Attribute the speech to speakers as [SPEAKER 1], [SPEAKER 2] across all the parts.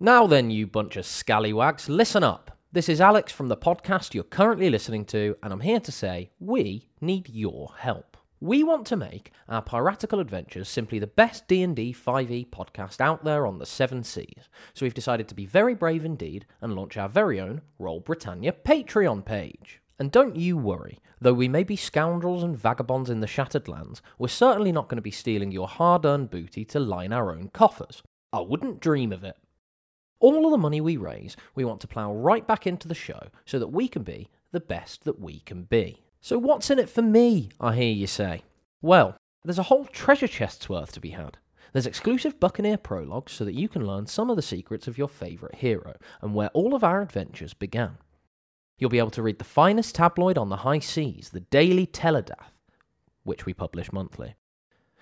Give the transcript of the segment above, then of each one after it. [SPEAKER 1] Now then, you bunch of scallywags, listen up. This is Alex from the podcast you're currently listening to, and I'm here to say we need your help. We want to make our piratical adventures simply the best D&D 5e E podcast out there on the seven seas. So we've decided to be very brave indeed and launch our very own Roll Britannia Patreon page. And don't you worry, though we may be scoundrels and vagabonds in the Shattered Lands, we're certainly not going to be stealing your hard-earned booty to line our own coffers. I wouldn't dream of it. All of the money we raise, we want to plough right back into the show so that we can be the best that we can be. So, what's in it for me, I hear you say? Well, there's a whole treasure chest's worth to be had. There's exclusive Buccaneer prologues so that you can learn some of the secrets of your favourite hero and where all of our adventures began. You'll be able to read the finest tabloid on the high seas, the Daily Telegraph, which we publish monthly.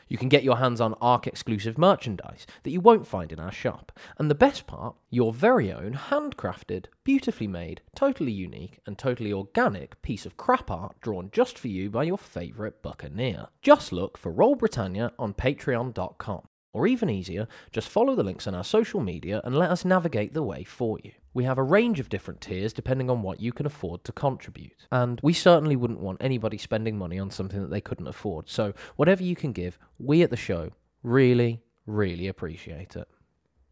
[SPEAKER 1] You can get your hands on ARC exclusive merchandise that you won't find in our shop. And the best part, your very own handcrafted, beautifully made, totally unique, and totally organic piece of crap art drawn just for you by your favourite buccaneer. Just look for Roll Britannia on patreon.com. Or even easier, just follow the links on our social media and let us navigate the way for you. We have a range of different tiers depending on what you can afford to contribute. And we certainly wouldn't want anybody spending money on something that they couldn't afford. So, whatever you can give, we at the show really, really appreciate it.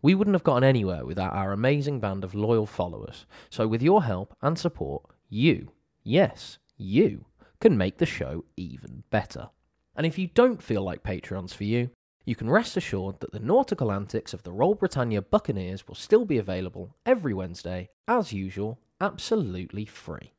[SPEAKER 1] We wouldn't have gotten anywhere without our amazing band of loyal followers. So, with your help and support, you, yes, you, can make the show even better. And if you don't feel like Patreon's for you, you can rest assured that the nautical antics of the Royal Britannia Buccaneers will still be available every Wednesday, as usual, absolutely free.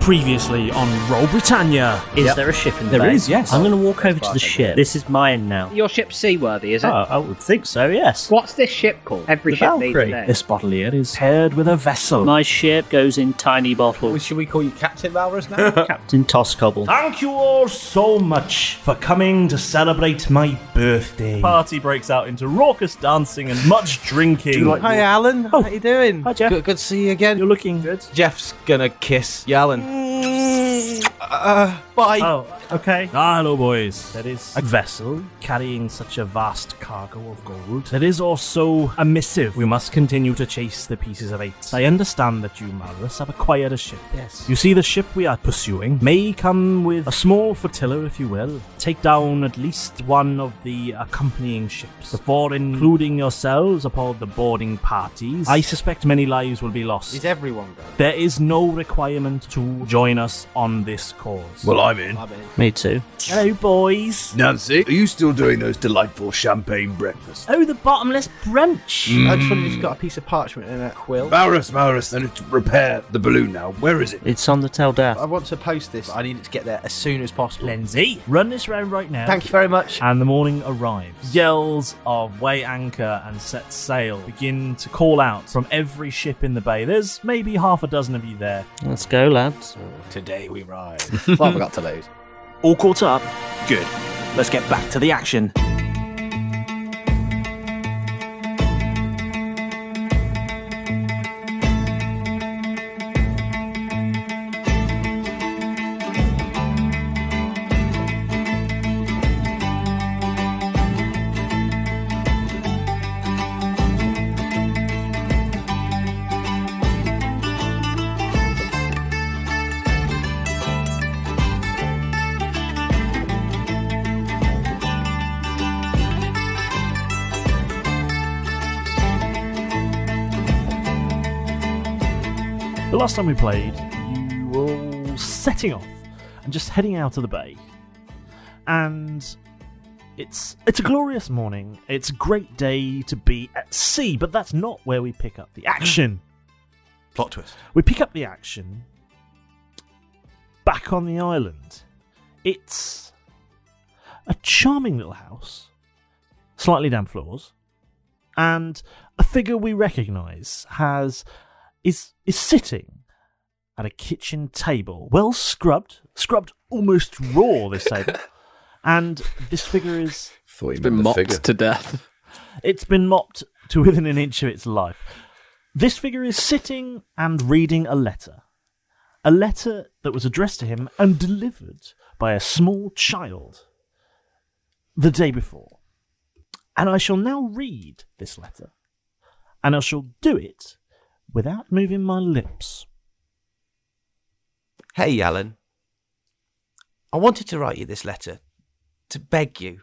[SPEAKER 2] Previously on Roll Britannia.
[SPEAKER 3] Is there a ship in
[SPEAKER 2] There
[SPEAKER 3] bay?
[SPEAKER 2] is, yes.
[SPEAKER 3] I'm going to walk over to the ship. This is mine now.
[SPEAKER 4] Your ship's seaworthy, is it?
[SPEAKER 3] Oh, I would think so, yes.
[SPEAKER 4] What's this ship called? Every
[SPEAKER 3] The
[SPEAKER 4] ship
[SPEAKER 3] Valkyrie.
[SPEAKER 4] needs a name.
[SPEAKER 2] This bottle here is paired with a vessel.
[SPEAKER 3] My ship goes in tiny bottles.
[SPEAKER 5] Should we call you Captain Valrus now?
[SPEAKER 3] Captain Toscobble.
[SPEAKER 6] Thank you all so much for coming to celebrate my birthday.
[SPEAKER 7] party breaks out into raucous dancing and much drinking. Oh.
[SPEAKER 5] Hi, Alan. How you doing?
[SPEAKER 2] Hi, Jeff.
[SPEAKER 5] Good, good to see you again.
[SPEAKER 2] You're looking good.
[SPEAKER 5] Jeff's gonna kiss Yalan. Uh, bye.
[SPEAKER 7] Oh, okay. Ah, hello, boys.
[SPEAKER 6] That is
[SPEAKER 7] A vessel
[SPEAKER 6] carrying such a vast cargo of gold. That is also a missive. We must continue to chase the pieces of eight. I understand that you, Malus, have acquired a ship.
[SPEAKER 5] Yes.
[SPEAKER 6] You see, the ship we are pursuing may come with a small flotilla, if you will. Take down at least one of the accompanying ships before including yourselves upon the boarding parties. I suspect many lives will be lost.
[SPEAKER 5] Is everyone going?
[SPEAKER 6] There is no requirement to join us on this cause.
[SPEAKER 8] Well, I'm in.
[SPEAKER 5] I'm in.
[SPEAKER 3] Me too.
[SPEAKER 6] hello, boys.
[SPEAKER 8] Nancy, are you still doing those delightful champagne breakfasts?
[SPEAKER 3] Oh, the bottomless brunch.
[SPEAKER 6] Mm.
[SPEAKER 5] I just wondered if you've got a piece of parchment and a quill.
[SPEAKER 8] Maurus, Maurus, I need to repair the balloon now. Where is it?
[SPEAKER 3] It's on the
[SPEAKER 5] I
[SPEAKER 3] Teldath.
[SPEAKER 5] want to post this. I need it to get there as soon as possible.
[SPEAKER 6] Lindsay, run this round right now.
[SPEAKER 5] Thank you very much.
[SPEAKER 6] And the morning arrives. Yells of weigh anchor and set sail begin to call out from every ship in the bay. There's maybe half a dozen of you there.
[SPEAKER 3] Let's go, lads.
[SPEAKER 5] Today we ride. what have I got to lose?
[SPEAKER 2] All caught up.
[SPEAKER 7] Good.
[SPEAKER 2] Let's get back to the action.
[SPEAKER 6] The last time we played, you were all setting off and just heading out of the bay. And it's it's a glorious morning. It's a great day to be at sea, but that's not where we pick up the action.
[SPEAKER 5] Plot twist.
[SPEAKER 6] We pick up the action back on the island. It's a charming little house, slightly damp floors, and a figure we recognise has is is sitting at a kitchen table, well scrubbed, scrubbed almost raw. This table, and this figure is
[SPEAKER 8] Thought you
[SPEAKER 9] It's been mocked to death.
[SPEAKER 6] it's been mopped to within an inch of its life. This figure is sitting and reading a letter. A letter that was addressed to him and delivered by a small child the day before. And I shall now read this letter and I shall do it without moving my lips.
[SPEAKER 5] Hey, Alan. I wanted to write you this letter to beg you.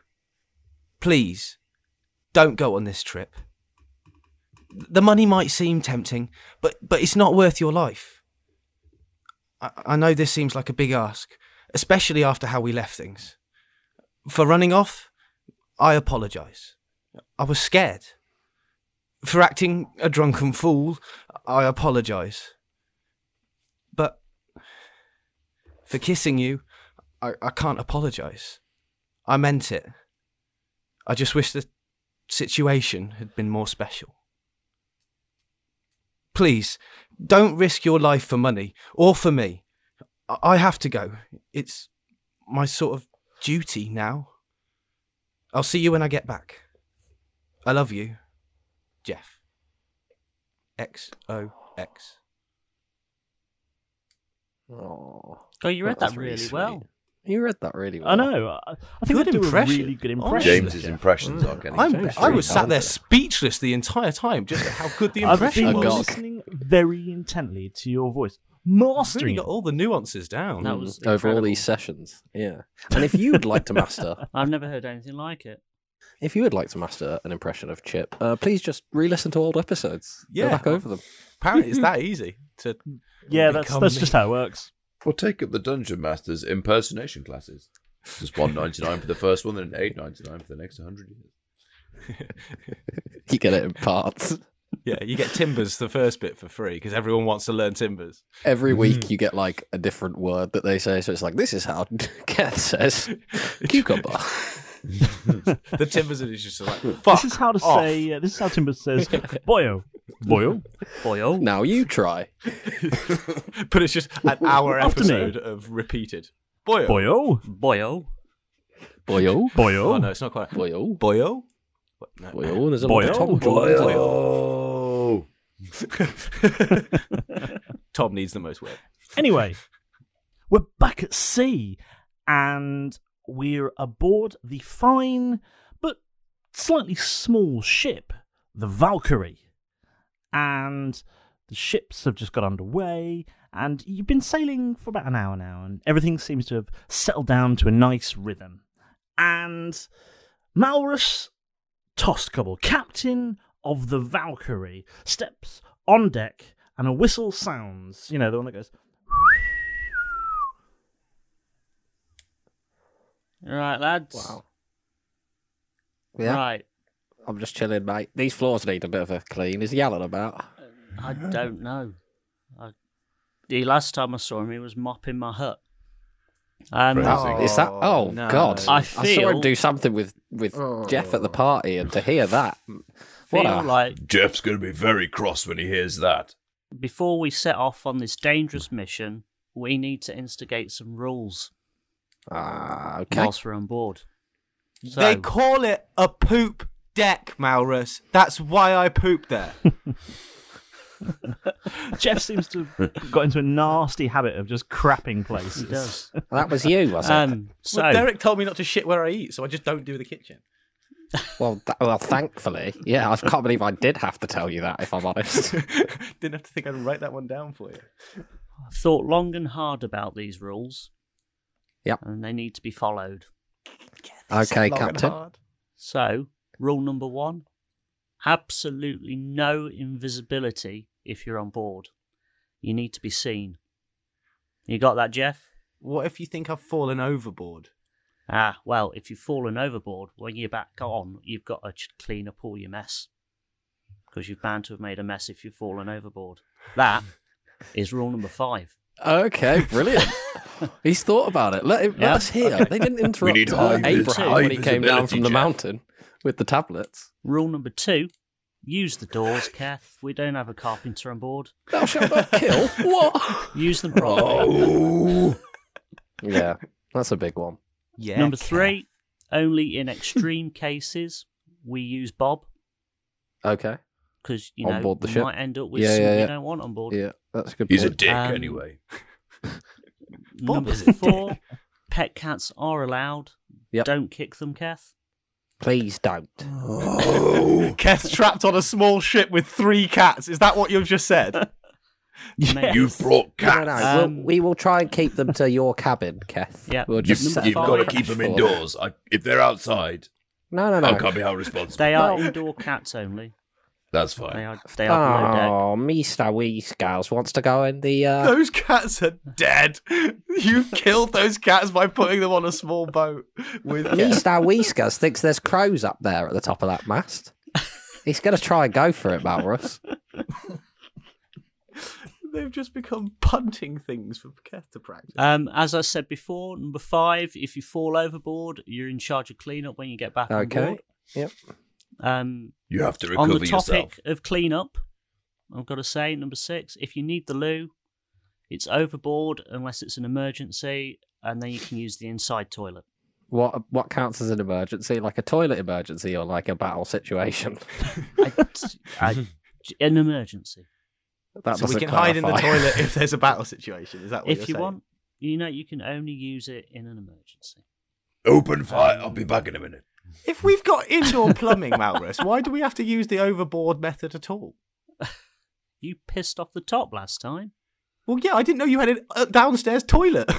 [SPEAKER 5] Please, don't go on this trip. The money might seem tempting, but, but it's not worth your life. I, I know this seems like a big ask, especially after how we left things. For running off, I apologise. I was scared. For acting a drunken fool, I apologise. But for kissing you, I, I can't apologise. I meant it. I just wish the situation had been more special. Please, don't risk your life for money or for me. I- I have to go. It's my sort of duty now. I'll see you when I get back. I love you, Jeff. X O X.
[SPEAKER 3] Oh, you read
[SPEAKER 4] That's
[SPEAKER 3] that
[SPEAKER 4] really
[SPEAKER 3] really
[SPEAKER 4] sweet.
[SPEAKER 3] well.
[SPEAKER 4] You read that really well.
[SPEAKER 6] I know. I, I think
[SPEAKER 5] Good
[SPEAKER 6] I do
[SPEAKER 5] impression.
[SPEAKER 6] a really good
[SPEAKER 5] Honestly.
[SPEAKER 6] impression.
[SPEAKER 8] James's impressions are getting.
[SPEAKER 5] I'm, I was sat there speechless the entire time, just at how good the
[SPEAKER 6] I've
[SPEAKER 5] impression
[SPEAKER 6] been
[SPEAKER 5] was.
[SPEAKER 4] Agog.
[SPEAKER 6] listening very intently to your voice,
[SPEAKER 5] I've really
[SPEAKER 6] mastering.
[SPEAKER 5] got all the nuances down.
[SPEAKER 3] That was
[SPEAKER 4] over all
[SPEAKER 3] incredible.
[SPEAKER 4] these sessions. Yeah. And if you'd like to master,
[SPEAKER 3] I've never heard anything like it.
[SPEAKER 4] if you would like to master an impression of Chip, uh, please just re-listen to old episodes. Go
[SPEAKER 5] Yeah.
[SPEAKER 4] back over them.
[SPEAKER 5] Apparently, it's that easy to.
[SPEAKER 6] it. Yeah, that's
[SPEAKER 5] become
[SPEAKER 6] that's
[SPEAKER 5] me.
[SPEAKER 6] just how it works.
[SPEAKER 8] Or take up the Dungeon Master's impersonation classes. Just one ninety nine for the first one, then eight ninety nine for the next hundred years.
[SPEAKER 4] You get it in parts.
[SPEAKER 5] Yeah, you get Timbers the first bit for free because everyone wants to learn Timbers.
[SPEAKER 4] Every
[SPEAKER 5] Mm-hmm.
[SPEAKER 4] week you get like a different word that they say. So it's like this is how Keth says cucumber.
[SPEAKER 5] The Timbers is just like, fuck.
[SPEAKER 6] Hmm. This is how to
[SPEAKER 5] off.
[SPEAKER 6] say. Uh, this is how Timber says, "Boyo, boyo."
[SPEAKER 3] Boyle.
[SPEAKER 4] now you try.
[SPEAKER 5] But it's just an hour
[SPEAKER 6] After me.
[SPEAKER 5] episode of repeated. Boyo.
[SPEAKER 6] Boyo,
[SPEAKER 3] Boyle.
[SPEAKER 4] Boyo,
[SPEAKER 5] Oh,
[SPEAKER 6] boyo.
[SPEAKER 5] no, it's not quite.
[SPEAKER 4] boyo,
[SPEAKER 5] Boyo? What? No.
[SPEAKER 4] boyo. And there's a lot
[SPEAKER 6] Boyo,
[SPEAKER 4] of Tom joined.
[SPEAKER 8] Oh,
[SPEAKER 5] Tom needs the most work.
[SPEAKER 6] Anyway, we're back at sea, and we're aboard the fine but slightly small ship, the Valkyrie. And the ships have just got underway, and you've been sailing for about an hour now, and everything seems to have settled down to a nice rhythm. And Malrus Tostcobble, captain of the Valkyrie, steps on deck, and a whistle sounds. You know, the one that goes.
[SPEAKER 3] Right, lads.
[SPEAKER 4] Wow. Yeah,
[SPEAKER 3] Right.
[SPEAKER 4] I'm just chilling, mate. These floors need a bit of a clean. Is he yelling about?
[SPEAKER 3] I don't know. I... The last time I saw him, he was mopping my hut. Um,
[SPEAKER 8] Frenzy.
[SPEAKER 4] Is that? Oh
[SPEAKER 9] no.
[SPEAKER 4] God!
[SPEAKER 3] I
[SPEAKER 4] saw him
[SPEAKER 3] feel- Oh.
[SPEAKER 4] do something with with Jeff at the party, and to hear that,
[SPEAKER 3] feel
[SPEAKER 4] what a
[SPEAKER 3] like
[SPEAKER 8] Jeff's going to be very cross when he hears that.
[SPEAKER 3] before we set off on this dangerous mission, we need to instigate some rules
[SPEAKER 4] ah, okay.
[SPEAKER 3] whilst we're on board. So,
[SPEAKER 5] They call it a poop deck, Maurus. That's why I poop there.
[SPEAKER 6] Jeff seems to have got into a nasty habit of just crapping places.
[SPEAKER 3] he does.
[SPEAKER 4] That was you, was it?
[SPEAKER 3] Um, so,
[SPEAKER 5] Well, Derek told me not to shit where I eat, so I just don't do the kitchen.
[SPEAKER 4] Well, th- well, thankfully, yeah. I can't believe I did have to tell you that. If I'm honest,
[SPEAKER 5] Didn't have to think I'd write that one down for you.
[SPEAKER 3] I've thought long and hard about these rules.
[SPEAKER 4] Yep.
[SPEAKER 3] And they need to be followed.
[SPEAKER 4] okay,
[SPEAKER 5] Long and
[SPEAKER 4] Captain.
[SPEAKER 5] hard.
[SPEAKER 3] So, rule number one absolutely no invisibility if you're on board. You need to be seen. You got that, Jeff?
[SPEAKER 5] What if you think I've fallen overboard?
[SPEAKER 3] Ah, well, if you've fallen overboard, when you're back on, you've got to ch- clean up all your mess. Because you're bound to have made a mess if you've fallen overboard. That is rule number five.
[SPEAKER 4] Okay, brilliant. He's thought about it. Let, him, let
[SPEAKER 3] Yeah,
[SPEAKER 4] us hear. They didn't interrupt
[SPEAKER 8] need
[SPEAKER 4] uh,
[SPEAKER 8] high vis-
[SPEAKER 4] Abraham
[SPEAKER 8] high
[SPEAKER 4] when he came down
[SPEAKER 8] visibility,
[SPEAKER 4] from the
[SPEAKER 8] Jeff.
[SPEAKER 4] mountain with the tablets.
[SPEAKER 3] Rule number two use the doors, Kath. We don't have a carpenter on board.
[SPEAKER 4] Thou shalt not kill. what?
[SPEAKER 3] Use them properly.
[SPEAKER 8] Oh,
[SPEAKER 4] Yeah, that's a big one.
[SPEAKER 5] Yeah.
[SPEAKER 3] Number three, only in extreme cases we use Bob
[SPEAKER 4] Okay.
[SPEAKER 3] because you
[SPEAKER 4] On
[SPEAKER 3] know
[SPEAKER 4] board the
[SPEAKER 3] we
[SPEAKER 4] ship.
[SPEAKER 3] might end up with
[SPEAKER 4] Yeah,
[SPEAKER 3] something
[SPEAKER 4] yeah, yeah.
[SPEAKER 3] we don't want on board.
[SPEAKER 4] Yeah, that's a good.
[SPEAKER 8] he's a
[SPEAKER 4] point.
[SPEAKER 8] dick
[SPEAKER 3] Um,
[SPEAKER 8] anyway.
[SPEAKER 3] Number
[SPEAKER 5] is a dick.
[SPEAKER 3] four, pet cats are allowed.
[SPEAKER 4] Yep.
[SPEAKER 3] Don't kick them, Kath.
[SPEAKER 9] Please don't.
[SPEAKER 3] Oh.
[SPEAKER 10] Keth trapped on a small ship with three cats. Is that what you've just said? Um,
[SPEAKER 8] You've brought
[SPEAKER 9] No, no,
[SPEAKER 8] cats.
[SPEAKER 9] no, we'll- we will try and keep them to your cabin, Keth.
[SPEAKER 3] Um, Yeah.
[SPEAKER 9] We'll
[SPEAKER 8] You've,
[SPEAKER 9] just set
[SPEAKER 8] you've
[SPEAKER 9] up a
[SPEAKER 8] got to
[SPEAKER 9] crash
[SPEAKER 8] keep them
[SPEAKER 9] for
[SPEAKER 8] indoors. I, if they're outside,
[SPEAKER 9] No, no, no.
[SPEAKER 8] I can't be held responsible.
[SPEAKER 3] They are
[SPEAKER 9] No.
[SPEAKER 3] indoor cats only.
[SPEAKER 8] That's
[SPEAKER 3] They
[SPEAKER 8] fine.
[SPEAKER 3] are. They are below deck.
[SPEAKER 9] Oh, Mr. Weascals wants to go in the. Uh...
[SPEAKER 10] Those cats are dead. You've killed those cats by putting them on a small boat with Keth.
[SPEAKER 9] Mr. Weascals thinks there's crows up there at the top of that mast. He's going to try and go for it, Malrus.
[SPEAKER 10] They've just become punting things for Keth to practice.
[SPEAKER 3] Um, as I said before, number five, if you fall overboard, you're in charge of cleanup when you get back on
[SPEAKER 9] Okay.
[SPEAKER 3] board.
[SPEAKER 9] Yep.
[SPEAKER 3] Um,
[SPEAKER 8] You have to
[SPEAKER 3] on
[SPEAKER 8] recover
[SPEAKER 3] the topic
[SPEAKER 8] yourself.
[SPEAKER 3] of cleanup, I've got to say, number six, if you need the loo, it's overboard unless it's an emergency, and then you can use the inside toilet.
[SPEAKER 4] What what counts as an emergency? Like a toilet emergency or like a battle situation?
[SPEAKER 3] I, I- an emergency.
[SPEAKER 4] That
[SPEAKER 10] so we
[SPEAKER 4] doesn't
[SPEAKER 10] can hide in the
[SPEAKER 4] clarify.
[SPEAKER 10] toilet if there's a battle situation. Is that what
[SPEAKER 3] if you
[SPEAKER 10] you're saying?
[SPEAKER 3] want, you know, you can only use it in an emergency.
[SPEAKER 8] Open fire. I'll be back in a minute.
[SPEAKER 10] If we've got indoor plumbing, Malrus, why do we have to use the overboard method at all?
[SPEAKER 3] You pissed off the top last time.
[SPEAKER 10] Well, yeah, I didn't know you had a a downstairs toilet.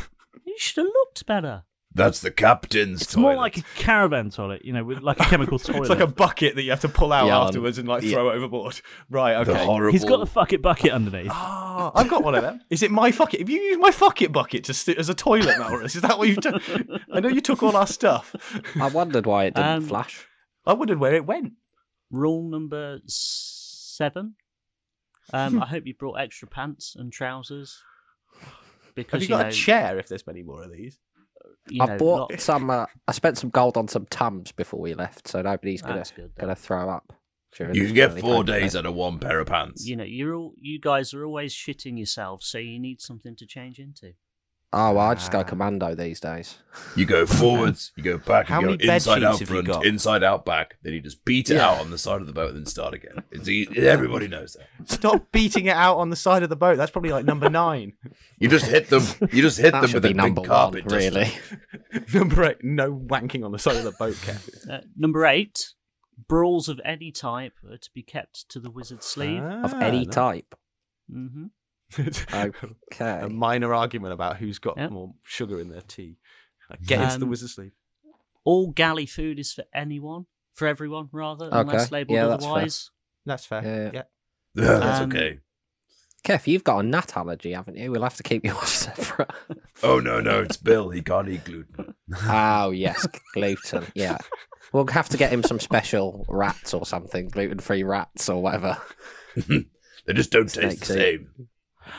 [SPEAKER 3] You should have looked better.
[SPEAKER 8] That's the captain's
[SPEAKER 6] It's
[SPEAKER 8] toilet.
[SPEAKER 6] more like a caravan toilet, you know, with like a chemical toilet.
[SPEAKER 10] It's like a bucket that you have to pull out
[SPEAKER 4] Yeah,
[SPEAKER 10] afterwards and like throw overboard. Right,
[SPEAKER 8] the
[SPEAKER 10] okay.
[SPEAKER 8] horrible.
[SPEAKER 6] He's got the fuck it bucket underneath.
[SPEAKER 10] Ah, I've got one of them. Is it my fucket? Have you used my fucket bucket to sit as a toilet, Malrus? Is that what you've done? I know you took all our stuff.
[SPEAKER 4] I wondered why it didn't
[SPEAKER 3] Um,
[SPEAKER 4] flash.
[SPEAKER 10] I wondered where it went.
[SPEAKER 3] Rule number s- seven. Um, I hope you brought extra pants and trousers
[SPEAKER 10] Have
[SPEAKER 3] because
[SPEAKER 10] you
[SPEAKER 3] you,
[SPEAKER 10] got
[SPEAKER 3] know,
[SPEAKER 10] a chair if there's many more of these?
[SPEAKER 3] you
[SPEAKER 4] I
[SPEAKER 3] know,
[SPEAKER 4] bought
[SPEAKER 3] lot-
[SPEAKER 4] some. Uh, I spent some gold on some tums before we left, so nobody's gonna
[SPEAKER 3] That's good,
[SPEAKER 4] gonna throw up. during
[SPEAKER 8] You
[SPEAKER 4] the
[SPEAKER 8] can get
[SPEAKER 4] journey
[SPEAKER 8] four
[SPEAKER 4] home today.
[SPEAKER 8] days out of one pair of pants.
[SPEAKER 3] You know, you're all you guys are always shitting yourselves, so you need something to change into.
[SPEAKER 4] Oh, well, I just go commando these days.
[SPEAKER 8] You go forwards, you go back,
[SPEAKER 11] How
[SPEAKER 8] you go
[SPEAKER 11] many bed
[SPEAKER 8] inside
[SPEAKER 11] sheets
[SPEAKER 8] out
[SPEAKER 11] have you
[SPEAKER 8] front,
[SPEAKER 11] got?
[SPEAKER 8] inside out back. Then you just beat it out on the side of the boat and then start again. It's e everybody knows that.
[SPEAKER 10] Stop beating it out on the side of the boat. That's probably like number nine.
[SPEAKER 8] You just hit them. You just hit
[SPEAKER 4] That
[SPEAKER 8] them with
[SPEAKER 4] should be
[SPEAKER 8] a big
[SPEAKER 4] number one,
[SPEAKER 8] carpet. duster.
[SPEAKER 4] really.
[SPEAKER 10] number eight, no wanking on the side of the boat, Kev.
[SPEAKER 3] Uh, number eight, brawls of any type are to be kept to the wizard's sleeve.
[SPEAKER 4] Of any
[SPEAKER 10] Ah,
[SPEAKER 4] type.
[SPEAKER 3] hmm
[SPEAKER 10] type. a
[SPEAKER 4] Okay.
[SPEAKER 10] minor argument about who's got
[SPEAKER 3] Yep.
[SPEAKER 10] more sugar in their tea. Like, Get into the
[SPEAKER 3] Um,
[SPEAKER 10] wizard's sleep.
[SPEAKER 3] All galley food is for anyone, for everyone rather,
[SPEAKER 4] Okay,
[SPEAKER 3] unless labelled
[SPEAKER 4] yeah, that's fair.
[SPEAKER 3] otherwise.
[SPEAKER 10] That's fair.
[SPEAKER 4] Yeah, yeah.
[SPEAKER 10] yeah.
[SPEAKER 8] Yeah, that's
[SPEAKER 3] Um,
[SPEAKER 8] okay.
[SPEAKER 4] Kev, you've got a nut allergy, haven't you? We'll have to keep you off separate.
[SPEAKER 8] Oh no, no, it's Bill. He can't eat gluten.
[SPEAKER 4] oh, yes. Gluten. Yeah. We'll have to get him some special rats or something, gluten free rats or whatever.
[SPEAKER 8] They just don't taste
[SPEAKER 4] Snakes
[SPEAKER 8] the
[SPEAKER 4] eat.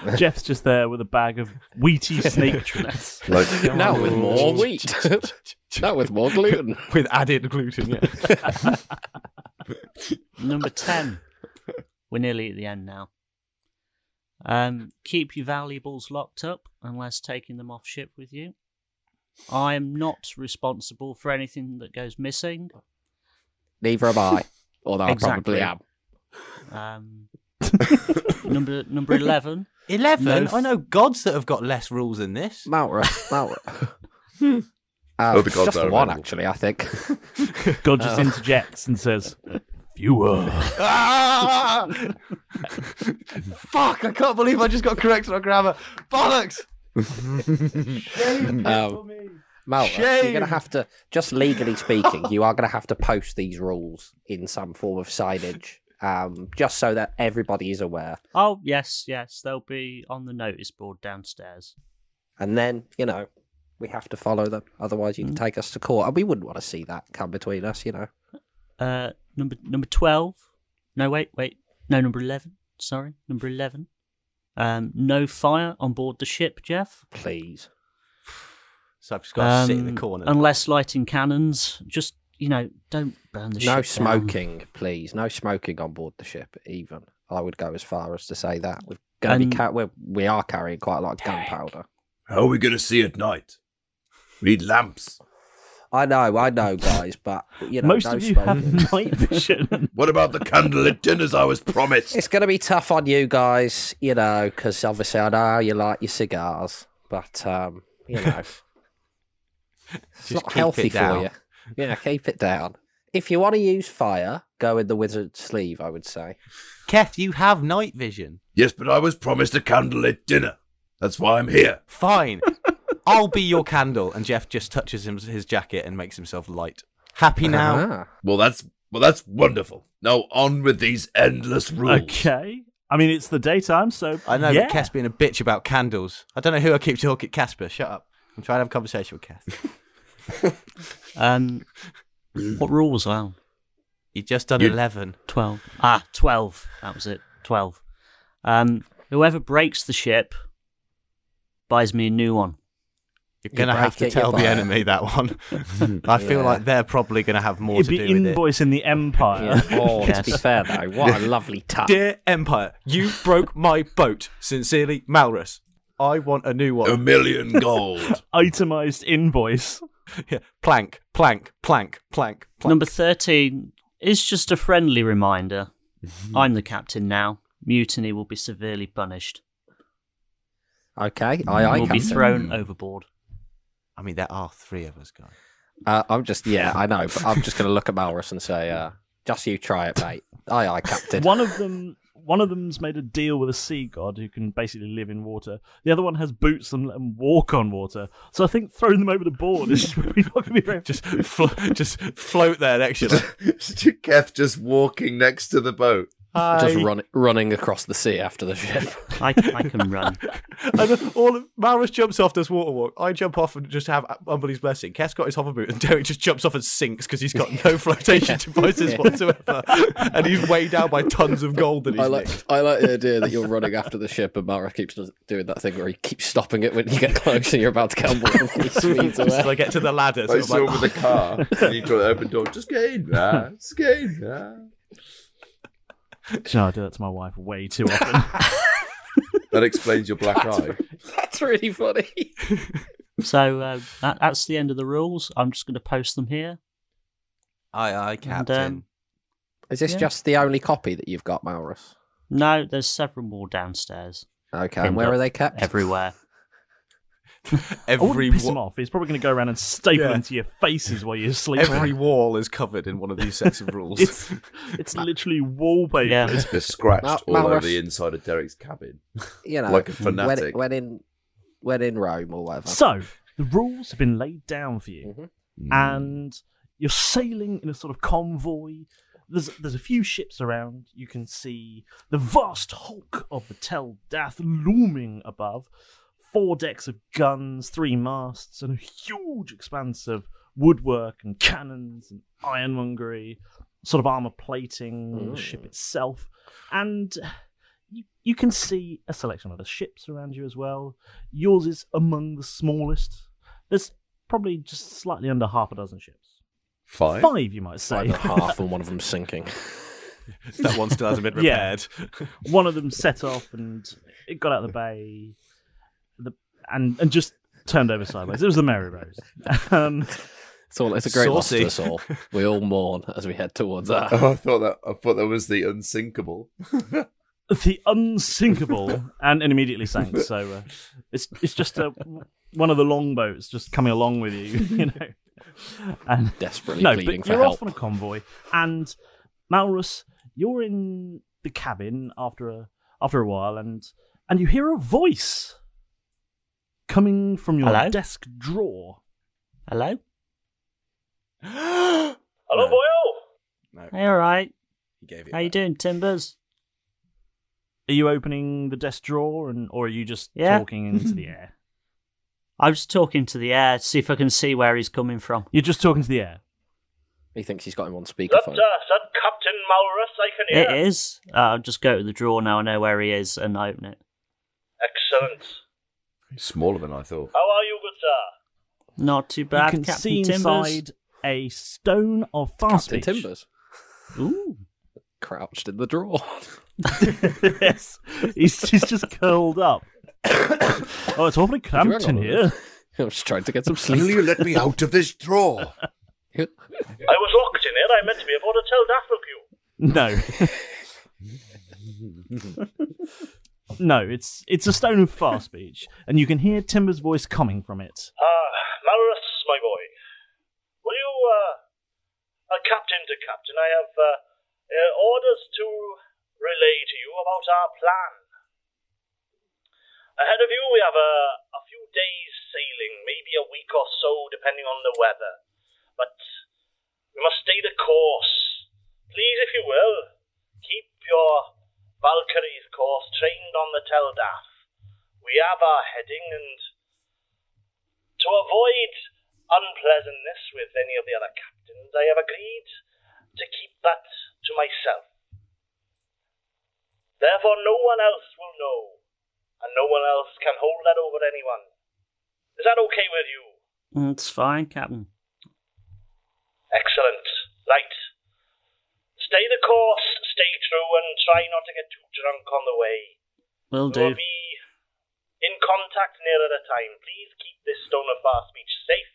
[SPEAKER 8] same.
[SPEAKER 6] Jeff's just there with a bag of wheaty snake treats.
[SPEAKER 8] Like
[SPEAKER 4] Now with more wheat. Now with more gluten.
[SPEAKER 10] With added gluten, yeah.
[SPEAKER 3] Number 10. We're nearly at the end now. Um, keep your valuables locked up unless taking them off ship with you. I am not responsible for anything that goes missing.
[SPEAKER 4] Neither am I. Although
[SPEAKER 3] Exactly.
[SPEAKER 4] I probably am.
[SPEAKER 3] Um, number number 11.
[SPEAKER 11] Eleven.
[SPEAKER 3] No.
[SPEAKER 11] I know gods that have got less rules than this.
[SPEAKER 4] Mount Mount
[SPEAKER 10] Ah,
[SPEAKER 8] Oh, the gods
[SPEAKER 4] Ah, just
[SPEAKER 8] are
[SPEAKER 4] the one,
[SPEAKER 8] available.
[SPEAKER 4] actually, I think.
[SPEAKER 6] God
[SPEAKER 10] Uh,
[SPEAKER 6] just interjects and says, "Fewer."
[SPEAKER 10] Ah! Fuck, I can't believe I just got corrected on grammar. Bollocks!
[SPEAKER 4] Um, Mal, you're going to have to, just legally speaking, you are going to have to post these rules in some form of signage, um, just so that everybody is aware.
[SPEAKER 3] Oh, yes, yes. They'll be on the notice board downstairs.
[SPEAKER 4] And then, you know, we have to follow them. Otherwise, you
[SPEAKER 3] Mm.
[SPEAKER 4] can take us to court. And we wouldn't want to see that come between us, you know.
[SPEAKER 3] Uh, number number twelve. No, wait, wait. No, number eleven. Sorry, number eleven. Um, no fire on board the ship, Jeff.
[SPEAKER 4] Please.
[SPEAKER 10] So I've just got to sit in
[SPEAKER 3] Um,
[SPEAKER 10] the corner.
[SPEAKER 3] Unless lighting cannons, just you know, don't burn the ship.
[SPEAKER 4] no
[SPEAKER 3] down.
[SPEAKER 4] smoking, please. No smoking on board the ship, even. I would go as far as to say that. We're going to
[SPEAKER 3] And-
[SPEAKER 4] be ca- we're, we are carrying quite a lot of gunpowder.
[SPEAKER 8] how are we gonna see at night? We need lamps.
[SPEAKER 4] I know, I know, guys, but, you know,
[SPEAKER 6] Most
[SPEAKER 4] no
[SPEAKER 6] of you
[SPEAKER 4] smoking.
[SPEAKER 6] have night vision.
[SPEAKER 8] What about the candlelit dinners I was promised?
[SPEAKER 4] It's going to be tough on you guys, you know, because obviously I know how you like your cigars, but um, you know, it's
[SPEAKER 11] Just
[SPEAKER 4] not
[SPEAKER 11] keep
[SPEAKER 4] healthy
[SPEAKER 11] it down.
[SPEAKER 4] for you. Yeah, keep it down. If you want to use fire, go with the wizard sleeve, I would say.
[SPEAKER 10] Keth, you have night vision.
[SPEAKER 8] Yes, but I was promised a candlelit dinner. That's why I'm here.
[SPEAKER 10] Fine. I'll be your candle. And Jeff just touches him, his jacket and makes himself light.
[SPEAKER 4] Ah.
[SPEAKER 10] Happy now.
[SPEAKER 8] Well, that's well, that's wonderful. Now on with these endless rules.
[SPEAKER 6] Okay. I mean, it's the daytime, so
[SPEAKER 10] I know,
[SPEAKER 6] Yeah.
[SPEAKER 10] but Keth's being a bitch about candles. I don't know who I keep talking. Casper, shut up. I'm trying to have a conversation with Keth.
[SPEAKER 3] Um,
[SPEAKER 4] Mm.
[SPEAKER 3] what rules are on?
[SPEAKER 10] You just done
[SPEAKER 3] You-
[SPEAKER 10] 11.
[SPEAKER 3] 12. Ah, 12. That was it. 12. Um, whoever breaks the ship buys me a new one.
[SPEAKER 10] You're going to have to tell the enemy that one. I
[SPEAKER 3] Yeah.
[SPEAKER 10] feel like they're probably going to have more
[SPEAKER 6] It'd
[SPEAKER 10] to
[SPEAKER 6] be
[SPEAKER 10] do with it.
[SPEAKER 6] invoice in the empire.
[SPEAKER 10] Yeah. Oh, to be fair,
[SPEAKER 4] though,
[SPEAKER 10] what a
[SPEAKER 4] lovely
[SPEAKER 10] Dear Empire, you broke my boat. Sincerely, Malrus. I want a new one.
[SPEAKER 8] A million gold.
[SPEAKER 6] Itemized invoice.
[SPEAKER 10] yeah. Plank, plank, plank, plank, plank.
[SPEAKER 3] Number 13 is just a friendly reminder.
[SPEAKER 4] Mm-hmm.
[SPEAKER 3] I'm the captain now. Mutiny will be severely punished.
[SPEAKER 4] Okay, aye, aye.
[SPEAKER 3] will be
[SPEAKER 4] Captain.
[SPEAKER 8] Hmm.
[SPEAKER 3] thrown overboard.
[SPEAKER 10] I mean, there are three of us, guys.
[SPEAKER 4] Uh, I'm just, yeah, I know, but I'm just going to look at Malrus and say, uh, just you try it, mate. Aye, aye, Captain.
[SPEAKER 6] One of them, one of them's made a deal with a sea god who can basically live in water. The other one has boots and let them walk on water. So I think throwing them over the board is probably not going to be very.
[SPEAKER 10] Just, flo- just float there next to them.
[SPEAKER 8] Keth just walking next to the boat.
[SPEAKER 4] Just
[SPEAKER 10] Aye.
[SPEAKER 4] run, running across the sea after the ship.
[SPEAKER 3] I, I can run.
[SPEAKER 10] and then all of Malrus jumps off, does water walk. I jump off and just have Umble's blessing. Kes got his hover boot, and Derek just jumps off and sinks because he's got no flotation devices whatsoever, and he's weighed down by tons of gold that he's
[SPEAKER 4] I like,
[SPEAKER 10] nicked.
[SPEAKER 4] I like the idea that you're running after the ship and Malrus keeps doing that thing where he keeps stopping it when you get close and you're about to gamble. and he speeds away.
[SPEAKER 10] So I get to the ladder.
[SPEAKER 8] I
[SPEAKER 10] So I'm
[SPEAKER 8] saw
[SPEAKER 10] like,
[SPEAKER 8] with the car, and you tore the open door. Just get in, man. Just get in, man.
[SPEAKER 6] No, I do that to my wife way too often.
[SPEAKER 8] That explains your black eye.
[SPEAKER 4] That's really funny.
[SPEAKER 3] So uh, that, that's the end of the rules. I'm just going to post them here.
[SPEAKER 10] aye, aye, Captain.
[SPEAKER 3] um,
[SPEAKER 4] Is this
[SPEAKER 3] Yeah.
[SPEAKER 4] just the only copy that you've got, Malrus?
[SPEAKER 3] No, there's several more downstairs.
[SPEAKER 4] Okay,
[SPEAKER 3] Pinned
[SPEAKER 4] and where
[SPEAKER 3] up
[SPEAKER 4] are they kept?
[SPEAKER 3] Everywhere.
[SPEAKER 6] I wouldn't
[SPEAKER 10] every
[SPEAKER 6] piss
[SPEAKER 10] wa-
[SPEAKER 6] him off. He's probably going to go around and staple
[SPEAKER 10] Yeah.
[SPEAKER 6] into your faces while you're sleeping.
[SPEAKER 10] every wall is covered in one of these sets of rules.
[SPEAKER 6] It's it's literally wallpaper.
[SPEAKER 3] Yeah.
[SPEAKER 8] It's just scratched
[SPEAKER 4] Mal-
[SPEAKER 8] all over
[SPEAKER 4] Malrus.
[SPEAKER 8] the inside of Derek's cabin.
[SPEAKER 4] you know,
[SPEAKER 8] Like a
[SPEAKER 4] when-
[SPEAKER 8] fanatic.
[SPEAKER 4] When, in when in Rome or whatever.
[SPEAKER 6] So the rules have been laid down for you,
[SPEAKER 4] Mhm.
[SPEAKER 8] Mm.
[SPEAKER 6] and you're sailing in a sort of convoy. There's there's a few ships around. You can see the vast hulk of the Tel Dath looming above. Four decks of guns, three masts, and a huge expanse of woodwork and cannons and ironmongery, sort of armor plating,
[SPEAKER 4] Mm.
[SPEAKER 6] the ship itself, and you, you can see a selection of other ships around you as well. Yours is among the smallest. There's probably just slightly under half a dozen ships.
[SPEAKER 8] Fine.
[SPEAKER 6] Five, you
[SPEAKER 4] Five
[SPEAKER 6] might say.
[SPEAKER 4] and a half, and one of them sinking.
[SPEAKER 10] that one still hasn't been
[SPEAKER 6] Yeah.
[SPEAKER 10] repaired.
[SPEAKER 6] One of them set off and it got out of the bay the, and, and just turned over sideways. It was the Mary Rose. Um,
[SPEAKER 4] It's all. It's a great
[SPEAKER 10] Saucy.
[SPEAKER 4] loss to us all. We all mourn as we head towards that.
[SPEAKER 8] Oh, I thought that I thought that was the unsinkable.
[SPEAKER 6] the unsinkable and, and immediately sank. So uh, it's it's just a, one of the longboats just coming along with you, you know. And
[SPEAKER 4] Desperately
[SPEAKER 6] no,
[SPEAKER 4] pleading
[SPEAKER 6] but
[SPEAKER 4] for
[SPEAKER 6] you're
[SPEAKER 4] help.
[SPEAKER 6] off on a convoy, and Malrus, you're in the cabin after a after a while, and and you hear a voice coming from your
[SPEAKER 3] Hello?
[SPEAKER 6] desk drawer.
[SPEAKER 3] Hello?
[SPEAKER 6] Hello,
[SPEAKER 10] No.
[SPEAKER 6] boyo.
[SPEAKER 3] Hey, all right.
[SPEAKER 10] He gave it.
[SPEAKER 3] How you doing, Timbers?
[SPEAKER 6] Are you opening the desk drawer, and or are you just
[SPEAKER 3] Yeah.
[SPEAKER 6] talking into the air?
[SPEAKER 3] I'm just talking to the air to see if I can see where he's coming from.
[SPEAKER 6] You're just talking to the air.
[SPEAKER 4] He thinks he's got him on speakerphone.
[SPEAKER 7] uh,
[SPEAKER 6] Captain Malrus, I can
[SPEAKER 3] It is. Uh, I'll just go to the drawer now. I know where he is and I open it.
[SPEAKER 7] Excellent.
[SPEAKER 8] Smaller than I thought.
[SPEAKER 7] How are you, good sir?
[SPEAKER 3] Not too bad,
[SPEAKER 6] you can
[SPEAKER 3] Captain
[SPEAKER 6] see
[SPEAKER 3] Timbers.
[SPEAKER 6] inside a stone of fast
[SPEAKER 4] Captain
[SPEAKER 6] speech.
[SPEAKER 4] Timbers
[SPEAKER 3] Ooh.
[SPEAKER 4] crouched in the drawer.
[SPEAKER 6] yes, he's, he's just curled up. oh, it's awfully
[SPEAKER 4] Did
[SPEAKER 6] cramped
[SPEAKER 4] you hang on
[SPEAKER 6] in
[SPEAKER 4] a
[SPEAKER 6] here.
[SPEAKER 4] minute? I'm just trying to get some
[SPEAKER 8] Will
[SPEAKER 4] sleep.
[SPEAKER 8] you let me out of this drawer?
[SPEAKER 7] I was locked in here. I meant to be able to tell that of you.
[SPEAKER 6] No, no, it's it's a stone of fast speech, and you can hear Timber's voice coming from it.
[SPEAKER 7] Ah, Malrus, my boy. Will you, uh, uh, Captain to Captain, I have uh, uh, orders to relay to you about our plan. Ahead of you, we have a, a few days sailing, maybe a week or so, depending on the weather. But we must stay the course. Please, if you will, keep your Valkyrie's course trained on the Teldaf. We have our heading, and to avoid unpleasantness with any of the other captains, I have agreed to keep that to myself. Therefore, no one else will know, and no one else can hold that over anyone. Is that okay with you?
[SPEAKER 3] It's fine, Captain.
[SPEAKER 7] Excellent. Right. Stay the course, stay true, and try not to get too drunk on the way.
[SPEAKER 3] Will
[SPEAKER 7] We
[SPEAKER 3] do.
[SPEAKER 7] will be in contact nearer the time. Please keep this stone of fast speech safe,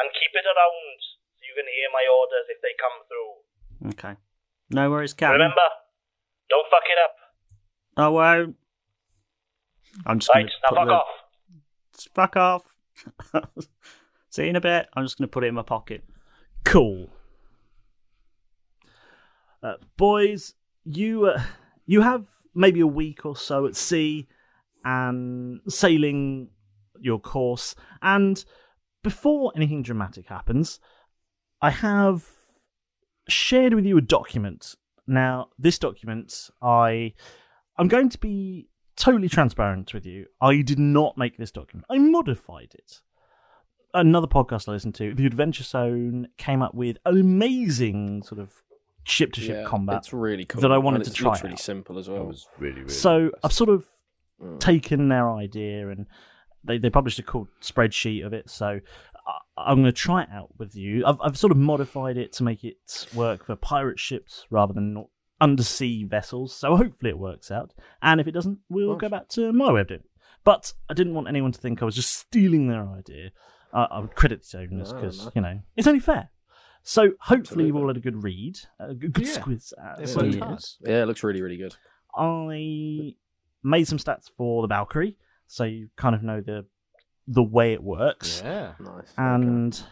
[SPEAKER 7] and keep it around so you can hear my orders if they come through.
[SPEAKER 3] Okay. No worries, Captain.
[SPEAKER 7] Remember, don't fuck it up.
[SPEAKER 3] I won't. I'm just
[SPEAKER 7] Right,
[SPEAKER 3] gonna
[SPEAKER 7] now
[SPEAKER 3] put
[SPEAKER 7] fuck
[SPEAKER 3] the-
[SPEAKER 7] off.
[SPEAKER 3] Fuck off. See you in a bit. I'm just going to put it in my pocket.
[SPEAKER 6] Cool. Uh, boys, you uh, you have maybe a week or so at sea and sailing your course, and before anything dramatic happens, I have shared with you a document. Now, this document, I I'm going to be totally transparent with you. I did not make this document. I modified it another podcast I listened to, The Adventure Zone, came up with an amazing sort of ship to ship
[SPEAKER 9] Yeah,
[SPEAKER 6] combat.
[SPEAKER 9] It's really cool.
[SPEAKER 6] that I wanted
[SPEAKER 9] and
[SPEAKER 6] to
[SPEAKER 9] it's
[SPEAKER 6] try.
[SPEAKER 9] Literally
[SPEAKER 6] out.
[SPEAKER 9] simple as well. It was
[SPEAKER 8] Oh, really, really.
[SPEAKER 6] so I've sort of
[SPEAKER 12] Mm.
[SPEAKER 6] taken their idea and they, they published a cool spreadsheet of it. So I, I'm going to try it out with you. I've, I've sort of modified it to make it work for pirate ships rather than undersea vessels. So hopefully it works out. And if it doesn't, we'll go back to my way of doing it. But I didn't want anyone to think I was just stealing their idea. I I would credit the owners
[SPEAKER 12] No,
[SPEAKER 6] because,
[SPEAKER 12] no.
[SPEAKER 6] you know, it's only fair. So hopefully you've all had a good read, a good, good
[SPEAKER 12] Yeah.
[SPEAKER 6] squiz at
[SPEAKER 12] It
[SPEAKER 6] some
[SPEAKER 12] worked
[SPEAKER 6] years.
[SPEAKER 12] hard.
[SPEAKER 9] Yeah, it looks really, really good.
[SPEAKER 6] I made some stats for the Valkyrie, so you kind of know the the way it works.
[SPEAKER 9] Yeah. Nice.
[SPEAKER 6] And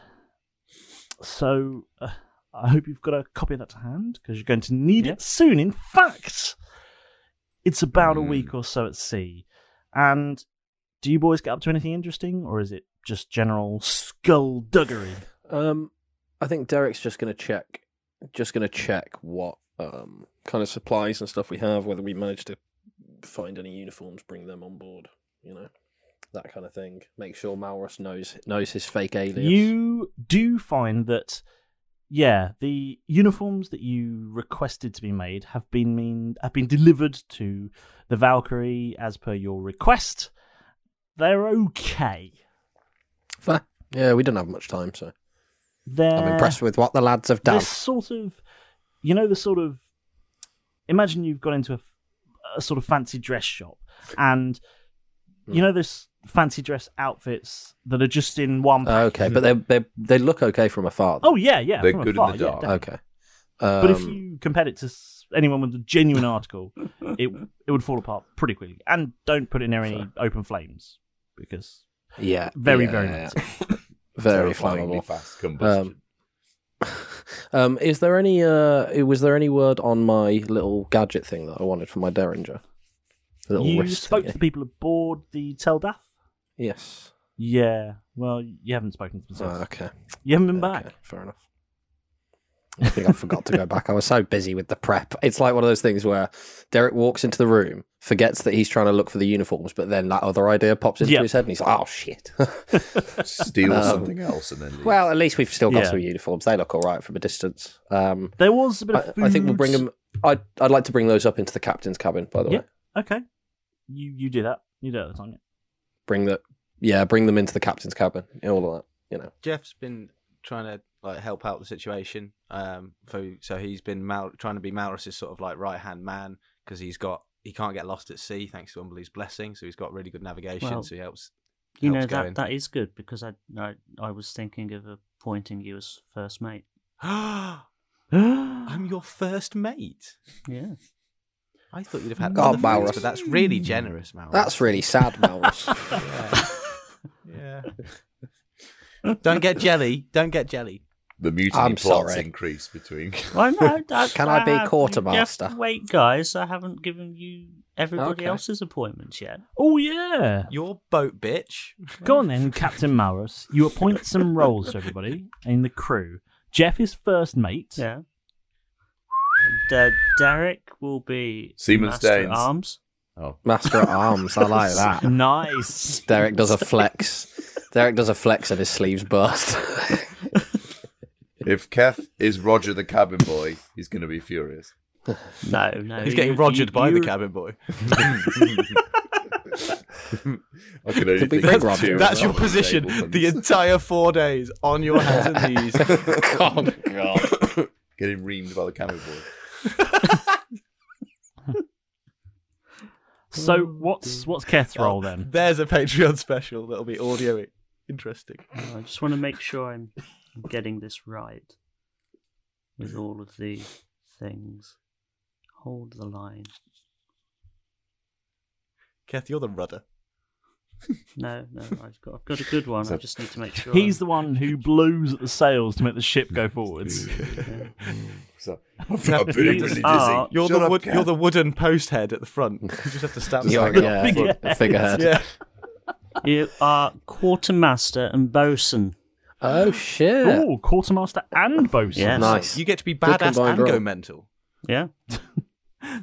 [SPEAKER 6] so uh, I hope you've got a copy of that to hand because you're going to need it soon. In fact, it's about a week or so at sea. And do you boys get up to anything interesting, or is it just general skullduggery?
[SPEAKER 9] Um, I think Derek's just gonna check, just gonna check what um kind of supplies and stuff we have, whether we manage to find any uniforms, bring them on board, you know, that kind of thing. Make sure Malrus knows knows his fake alias.
[SPEAKER 6] You do find that, yeah, the uniforms that you requested to be made have been mean, have been delivered to the Valkyrie as per your request. They're okay.
[SPEAKER 9] Fair. Yeah, we don't have much time, so
[SPEAKER 6] They're
[SPEAKER 9] I'm impressed with what the lads have done.
[SPEAKER 6] This sort of, you know, the sort of. Imagine you've gone into a, a sort of fancy dress shop, and
[SPEAKER 9] Hmm.
[SPEAKER 6] you know those fancy dress outfits that are just in one.
[SPEAKER 9] Uh, okay, but they they they look okay from afar.
[SPEAKER 6] Oh yeah, yeah. from afar, yeah, definitely.
[SPEAKER 9] okay,
[SPEAKER 6] but if
[SPEAKER 9] Um,
[SPEAKER 6] you compared it to s- anyone with a genuine article, it it would fall apart pretty quickly. And don't put it near any open flames because
[SPEAKER 9] Yeah,
[SPEAKER 6] very
[SPEAKER 9] yeah,
[SPEAKER 6] very
[SPEAKER 9] yeah.
[SPEAKER 6] nice.
[SPEAKER 9] very
[SPEAKER 8] Terrifyingly
[SPEAKER 9] flammable.
[SPEAKER 8] fast
[SPEAKER 9] um, um, is there any uh, was there any word on my little gadget thing that I wanted for my Derringer? The little
[SPEAKER 6] You
[SPEAKER 9] wrist
[SPEAKER 6] spoke
[SPEAKER 9] thingy.
[SPEAKER 6] to the people aboard the Teldath.
[SPEAKER 9] Yes.
[SPEAKER 6] Yeah. Well, you haven't spoken to them. since.
[SPEAKER 9] Ah, okay.
[SPEAKER 6] You haven't been back.
[SPEAKER 9] Fair enough. I think I forgot to go back. I was so busy with the prep. It's like one of those things where Derek walks into the room, forgets that he's trying to look for the uniforms, but then that other idea pops into
[SPEAKER 8] Yep.
[SPEAKER 9] his head, and he's like, "Oh shit!"
[SPEAKER 8] Steal
[SPEAKER 9] Um,
[SPEAKER 8] something else and then leave.
[SPEAKER 9] Well, at least we've still got
[SPEAKER 8] Yeah.
[SPEAKER 9] some uniforms. They look all right from a distance. Um,
[SPEAKER 6] there was a bit
[SPEAKER 9] I,
[SPEAKER 6] of
[SPEAKER 9] I think we'll
[SPEAKER 6] food.
[SPEAKER 9] bring them. I'd, I'd like to bring those up into the captain's cabin. By the
[SPEAKER 6] Yeah.
[SPEAKER 9] way,
[SPEAKER 6] Okay. You you do that. You do that at the time. yeah.
[SPEAKER 9] bring the yeah, bring them into the captain's cabin. and All of that, you know.
[SPEAKER 5] Jeff's been trying to like help out the situation. Um, so so he's been Mal- trying to be Malrus's sort of like right hand man because he's got he can't get lost at sea thanks to Umblee's blessing. So he's got really good navigation.
[SPEAKER 3] Well,
[SPEAKER 5] so he helps.
[SPEAKER 3] You know
[SPEAKER 5] helps
[SPEAKER 3] that
[SPEAKER 5] going.
[SPEAKER 3] that is good because I I, I was thinking of appointing you as first mate.
[SPEAKER 5] I'm your first mate.
[SPEAKER 3] Yeah.
[SPEAKER 5] I thought you'd have had
[SPEAKER 9] Oh,
[SPEAKER 5] other friends,
[SPEAKER 9] Malrus.
[SPEAKER 5] but that's really generous, Malrus.
[SPEAKER 9] That's really sad, Malrus.
[SPEAKER 5] yeah. yeah. Don't get jelly. Don't get jelly.
[SPEAKER 8] The mutiny
[SPEAKER 3] I'm
[SPEAKER 8] plots
[SPEAKER 3] sorry.
[SPEAKER 8] increase between.
[SPEAKER 3] Well, no, that's-
[SPEAKER 8] Can I be
[SPEAKER 3] uh,
[SPEAKER 8] quartermaster?
[SPEAKER 3] Just wait, guys. I haven't given you everybody
[SPEAKER 6] Okay.
[SPEAKER 3] else's appointments yet.
[SPEAKER 6] Oh yeah.
[SPEAKER 10] Your boat, bitch.
[SPEAKER 6] Go on then, Captain Maurus. You appoint some roles to everybody in the crew. Jeff is first mate.
[SPEAKER 3] Yeah. And, uh, Derek will be
[SPEAKER 6] Seaman
[SPEAKER 3] master at
[SPEAKER 6] Staines.
[SPEAKER 3] arms.
[SPEAKER 8] Oh.
[SPEAKER 4] Master at arms. I like that.
[SPEAKER 6] Nice.
[SPEAKER 4] Derek does a flex. Derek does a flex and his sleeves burst.
[SPEAKER 8] If Keth is Roger the cabin boy, he's going to be furious.
[SPEAKER 3] No, no.
[SPEAKER 10] He's getting rogered by the cabin boy.
[SPEAKER 8] I can only think of
[SPEAKER 10] that's,
[SPEAKER 8] two
[SPEAKER 10] that's
[SPEAKER 8] other
[SPEAKER 10] your position
[SPEAKER 8] disabled
[SPEAKER 10] the entire four days on your hands and knees.
[SPEAKER 8] oh god. Getting reamed by the camera boy.
[SPEAKER 3] Oh,
[SPEAKER 6] So what's what's Keth's
[SPEAKER 10] Oh.
[SPEAKER 6] role then?
[SPEAKER 10] There's a Patreon special that'll be audio i- interesting.
[SPEAKER 3] I just want to make sure I'm I'm getting this right with all of the things. Hold the line.
[SPEAKER 10] Keth, you're the rudder.
[SPEAKER 3] No, no, I've got, I've got a good one. I
[SPEAKER 6] So-
[SPEAKER 3] just need to make sure.
[SPEAKER 6] He's the one who blows at the sails to make the ship go forwards.
[SPEAKER 8] so,
[SPEAKER 10] Keth, you're the-
[SPEAKER 3] Ah,
[SPEAKER 10] You're, the wood, you're the wooden post head at the front. You just have to stand
[SPEAKER 3] Just
[SPEAKER 10] back
[SPEAKER 3] like
[SPEAKER 10] up.
[SPEAKER 3] a figurehead. Figurehead.
[SPEAKER 10] Yeah.
[SPEAKER 3] You are quartermaster and bosun.
[SPEAKER 4] Oh shit!
[SPEAKER 6] Oh, quartermaster and bosun.
[SPEAKER 3] Yes.
[SPEAKER 10] You get to be badass and go mental.
[SPEAKER 3] Yeah.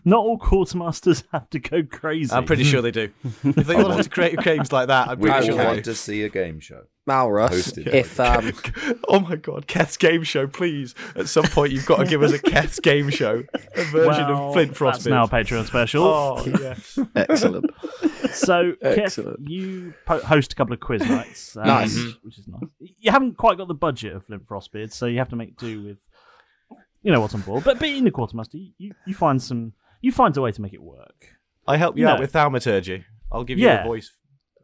[SPEAKER 6] Not all quartermasters have to go crazy.
[SPEAKER 10] I'm pretty sure they do. if they all have to create games like that, I'm
[SPEAKER 8] we
[SPEAKER 10] pretty
[SPEAKER 8] all
[SPEAKER 10] sure they
[SPEAKER 8] want
[SPEAKER 10] do.
[SPEAKER 8] to see a game show.
[SPEAKER 4] Malrus,
[SPEAKER 8] Hosted by
[SPEAKER 4] if um,
[SPEAKER 10] oh my god, Keth's game show, please. At some point, you've got to give us a Keth's game show, a version
[SPEAKER 6] Well,
[SPEAKER 10] of Flint
[SPEAKER 6] that's
[SPEAKER 10] Frostbit.
[SPEAKER 6] now Patreon special.
[SPEAKER 10] Oh, yes.
[SPEAKER 4] Excellent.
[SPEAKER 6] So, Keth,
[SPEAKER 4] Excellent.
[SPEAKER 6] you po- host a couple of quiz nights. um,
[SPEAKER 4] Nice.
[SPEAKER 6] Which is nice. You haven't quite got the budget of Flint Frostbeard, so you have to make do with, you know, what's on board. But being the quartermaster, you- you, you find some, you find a way to make it work.
[SPEAKER 10] I help you
[SPEAKER 6] No.
[SPEAKER 10] out with thaumaturgy. I'll give you
[SPEAKER 6] Yeah.
[SPEAKER 10] the voice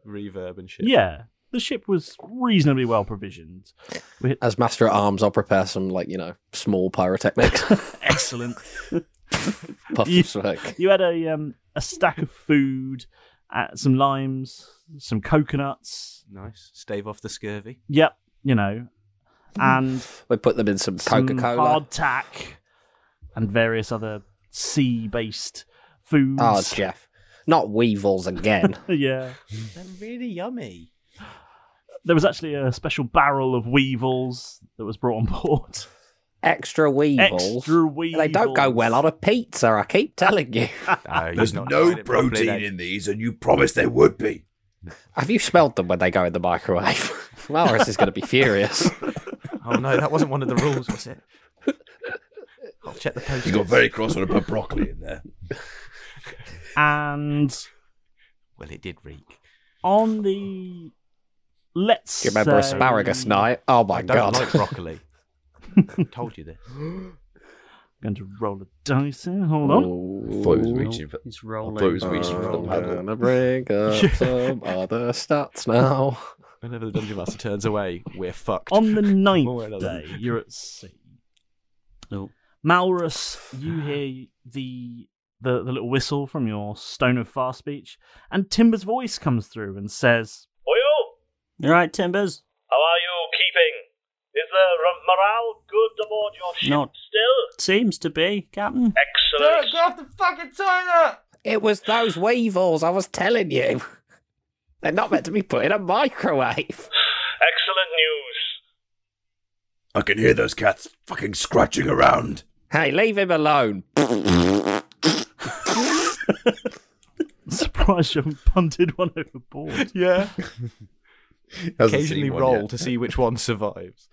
[SPEAKER 10] reverb and shit.
[SPEAKER 6] Yeah. The ship was reasonably well provisioned.
[SPEAKER 4] as master at arms, I'll prepare some like you know small pyrotechnics.
[SPEAKER 6] Excellent.
[SPEAKER 4] Puff
[SPEAKER 6] You-
[SPEAKER 4] of smoke.
[SPEAKER 6] You had a um, a stack of food, uh, some limes, some coconuts.
[SPEAKER 10] Nice. Stave off the scurvy.
[SPEAKER 6] Yep, you know, and
[SPEAKER 4] Hmm. we put them in some
[SPEAKER 6] some
[SPEAKER 4] Coca-Cola.
[SPEAKER 6] hardtack, and various other sea-based foods.
[SPEAKER 9] Ah,
[SPEAKER 4] Oh, Jeff, not weevils again.
[SPEAKER 6] yeah,
[SPEAKER 10] They're really yummy.
[SPEAKER 6] there was actually a special barrel of weevils that was brought on board.
[SPEAKER 4] Extra weevils.
[SPEAKER 6] Extra weevils.
[SPEAKER 4] They don't go well on a pizza. I keep telling you.
[SPEAKER 8] There's no protein in these, and you promised there would be.
[SPEAKER 4] Have you smelled them when they go in the microwave? Malrus is going to be furious.
[SPEAKER 10] Oh no, that wasn't one of the rules, was it? I'll check the post.
[SPEAKER 8] You got very cross when I put broccoli in there.
[SPEAKER 6] And
[SPEAKER 10] Well, it did reek.
[SPEAKER 6] on the let's
[SPEAKER 4] Do you remember
[SPEAKER 6] say-
[SPEAKER 4] asparagus night? Oh my
[SPEAKER 10] I don't
[SPEAKER 4] god!
[SPEAKER 10] like broccoli. I told you this.
[SPEAKER 6] Going to roll a dice. Here. Hold on.
[SPEAKER 8] I thought he was reaching for.
[SPEAKER 3] He's
[SPEAKER 8] I thought he was
[SPEAKER 3] rolling.
[SPEAKER 8] reaching for the
[SPEAKER 4] I'm
[SPEAKER 8] paddle.
[SPEAKER 4] gonna bring up some other stats now.
[SPEAKER 10] Whenever the dungeon master turns away, we're fucked.
[SPEAKER 6] On the
[SPEAKER 10] One way or
[SPEAKER 6] ninth
[SPEAKER 10] another.
[SPEAKER 6] day, you're at sea.
[SPEAKER 3] No.
[SPEAKER 6] Malrus, you hear the, the the little whistle from your stone of far speech, and Timber's voice comes through and says,
[SPEAKER 7] Oyo,
[SPEAKER 3] All right, Timbers.
[SPEAKER 7] how are you keeping? Is the r- morale good aboard your ship
[SPEAKER 3] Not
[SPEAKER 7] still?
[SPEAKER 3] seems to be Captain.
[SPEAKER 7] Excellent.
[SPEAKER 13] off the fucking toilet!
[SPEAKER 4] It was those weevils I was telling you. They're not meant to be put in a microwave.
[SPEAKER 7] Excellent news.
[SPEAKER 8] I can hear those cats fucking scratching around.
[SPEAKER 4] Hey, leave him alone.
[SPEAKER 6] "Surprise! You haven't punted one overboard."
[SPEAKER 10] Yeah.
[SPEAKER 8] Hasn't
[SPEAKER 10] Occasionally
[SPEAKER 8] seen one
[SPEAKER 10] roll
[SPEAKER 8] yet.
[SPEAKER 10] to see which one survives.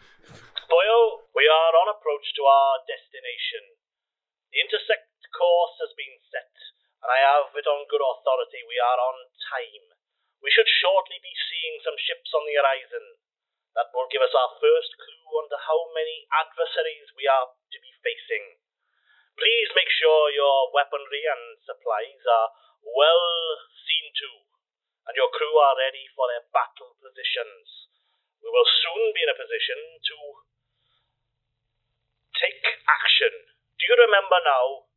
[SPEAKER 7] Boyo, we are on approach to our destination. The intersect course has been set, and I have it on good authority we are on time. We should shortly be seeing some ships on the horizon. That will give us our first clue on to how many adversaries we are to be facing. Please make sure your weaponry and supplies are well seen to, and your crew are ready for their battle positions. We will soon be in a position to take action. Do you remember now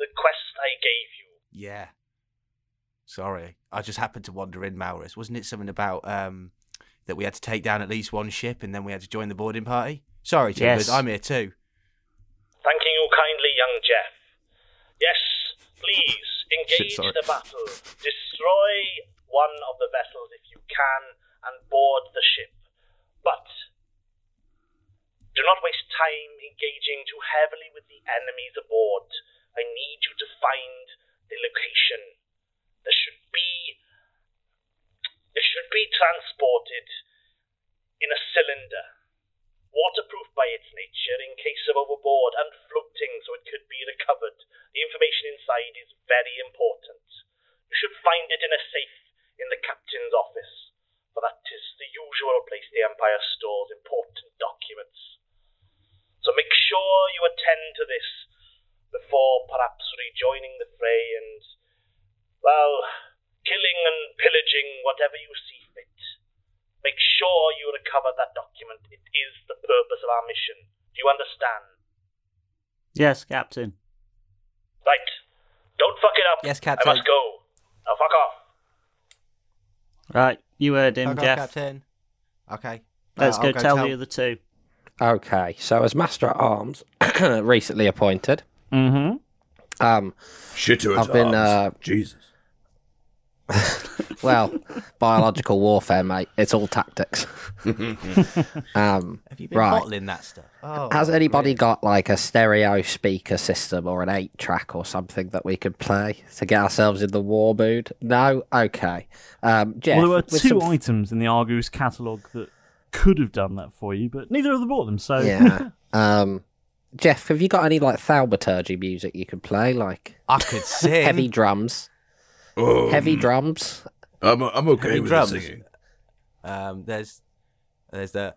[SPEAKER 7] the quest I gave you?
[SPEAKER 5] Yeah. Sorry, I just happened to wander in, Maurus. Wasn't it something about um, that we had to take down at least one ship and then we had to join the boarding party? Sorry, Timbers,
[SPEAKER 10] Yes.
[SPEAKER 5] I'm here too.
[SPEAKER 7] Thanking you kindly, young Jeff. Yes, please, engage
[SPEAKER 5] sorry.
[SPEAKER 7] the battle. Destroy one of the vessels if you can and board the ship. But do not waste time engaging too heavily with the enemies aboard. I need you to find the location. There should be. It should be transported in a cylinder waterproof by its nature in case of overboard and floating so it could be recovered. The information inside is very important. You should find it in a safe in the captain's office, for that is the usual place the Empire stores important documents. So make sure you attend to this before perhaps rejoining the fray and, well, killing and pillaging whatever you see fit. Make sure you recover that document. It is the purpose of our mission. Do you understand?
[SPEAKER 3] Yes, Captain.
[SPEAKER 7] Right. Don't fuck it up.
[SPEAKER 3] Yes,
[SPEAKER 7] I
[SPEAKER 3] Captain.
[SPEAKER 7] must go. Now fuck off.
[SPEAKER 3] Right, you heard him,
[SPEAKER 5] Fuck off,
[SPEAKER 3] Jeff.
[SPEAKER 5] Captain. Okay.
[SPEAKER 3] Let's
[SPEAKER 5] Uh,
[SPEAKER 3] go,
[SPEAKER 5] I'll go
[SPEAKER 3] tell,
[SPEAKER 5] tell-
[SPEAKER 3] the other two.
[SPEAKER 4] Okay, so as Master at Arms, recently appointed.
[SPEAKER 6] Mm-hmm.
[SPEAKER 4] Um,
[SPEAKER 8] Shitter at
[SPEAKER 4] I've been,
[SPEAKER 8] Arms.
[SPEAKER 4] uh,
[SPEAKER 8] Jesus.
[SPEAKER 4] well, biological warfare, mate. It's all tactics. um,
[SPEAKER 5] Have you been
[SPEAKER 4] right.
[SPEAKER 5] bottling that stuff? Oh.
[SPEAKER 4] Has anybody got like a stereo speaker system or an eight track or something that we could play to get ourselves in the war mood? No? Okay. Um, Jeff,
[SPEAKER 6] well, there were
[SPEAKER 4] with
[SPEAKER 6] two
[SPEAKER 4] some-
[SPEAKER 6] items in the Argus catalogue that could have done that for you, but neither of them bought them. So
[SPEAKER 4] yeah. Um, Jeff, have you got any like thaumaturgy music you could play? Like
[SPEAKER 5] I could sing.
[SPEAKER 4] heavy drums.
[SPEAKER 8] Um,
[SPEAKER 4] heavy drums.
[SPEAKER 8] I'm, I'm okay
[SPEAKER 5] Heavy
[SPEAKER 8] with
[SPEAKER 5] drums.
[SPEAKER 8] the singing.
[SPEAKER 5] Um, there's, there's the.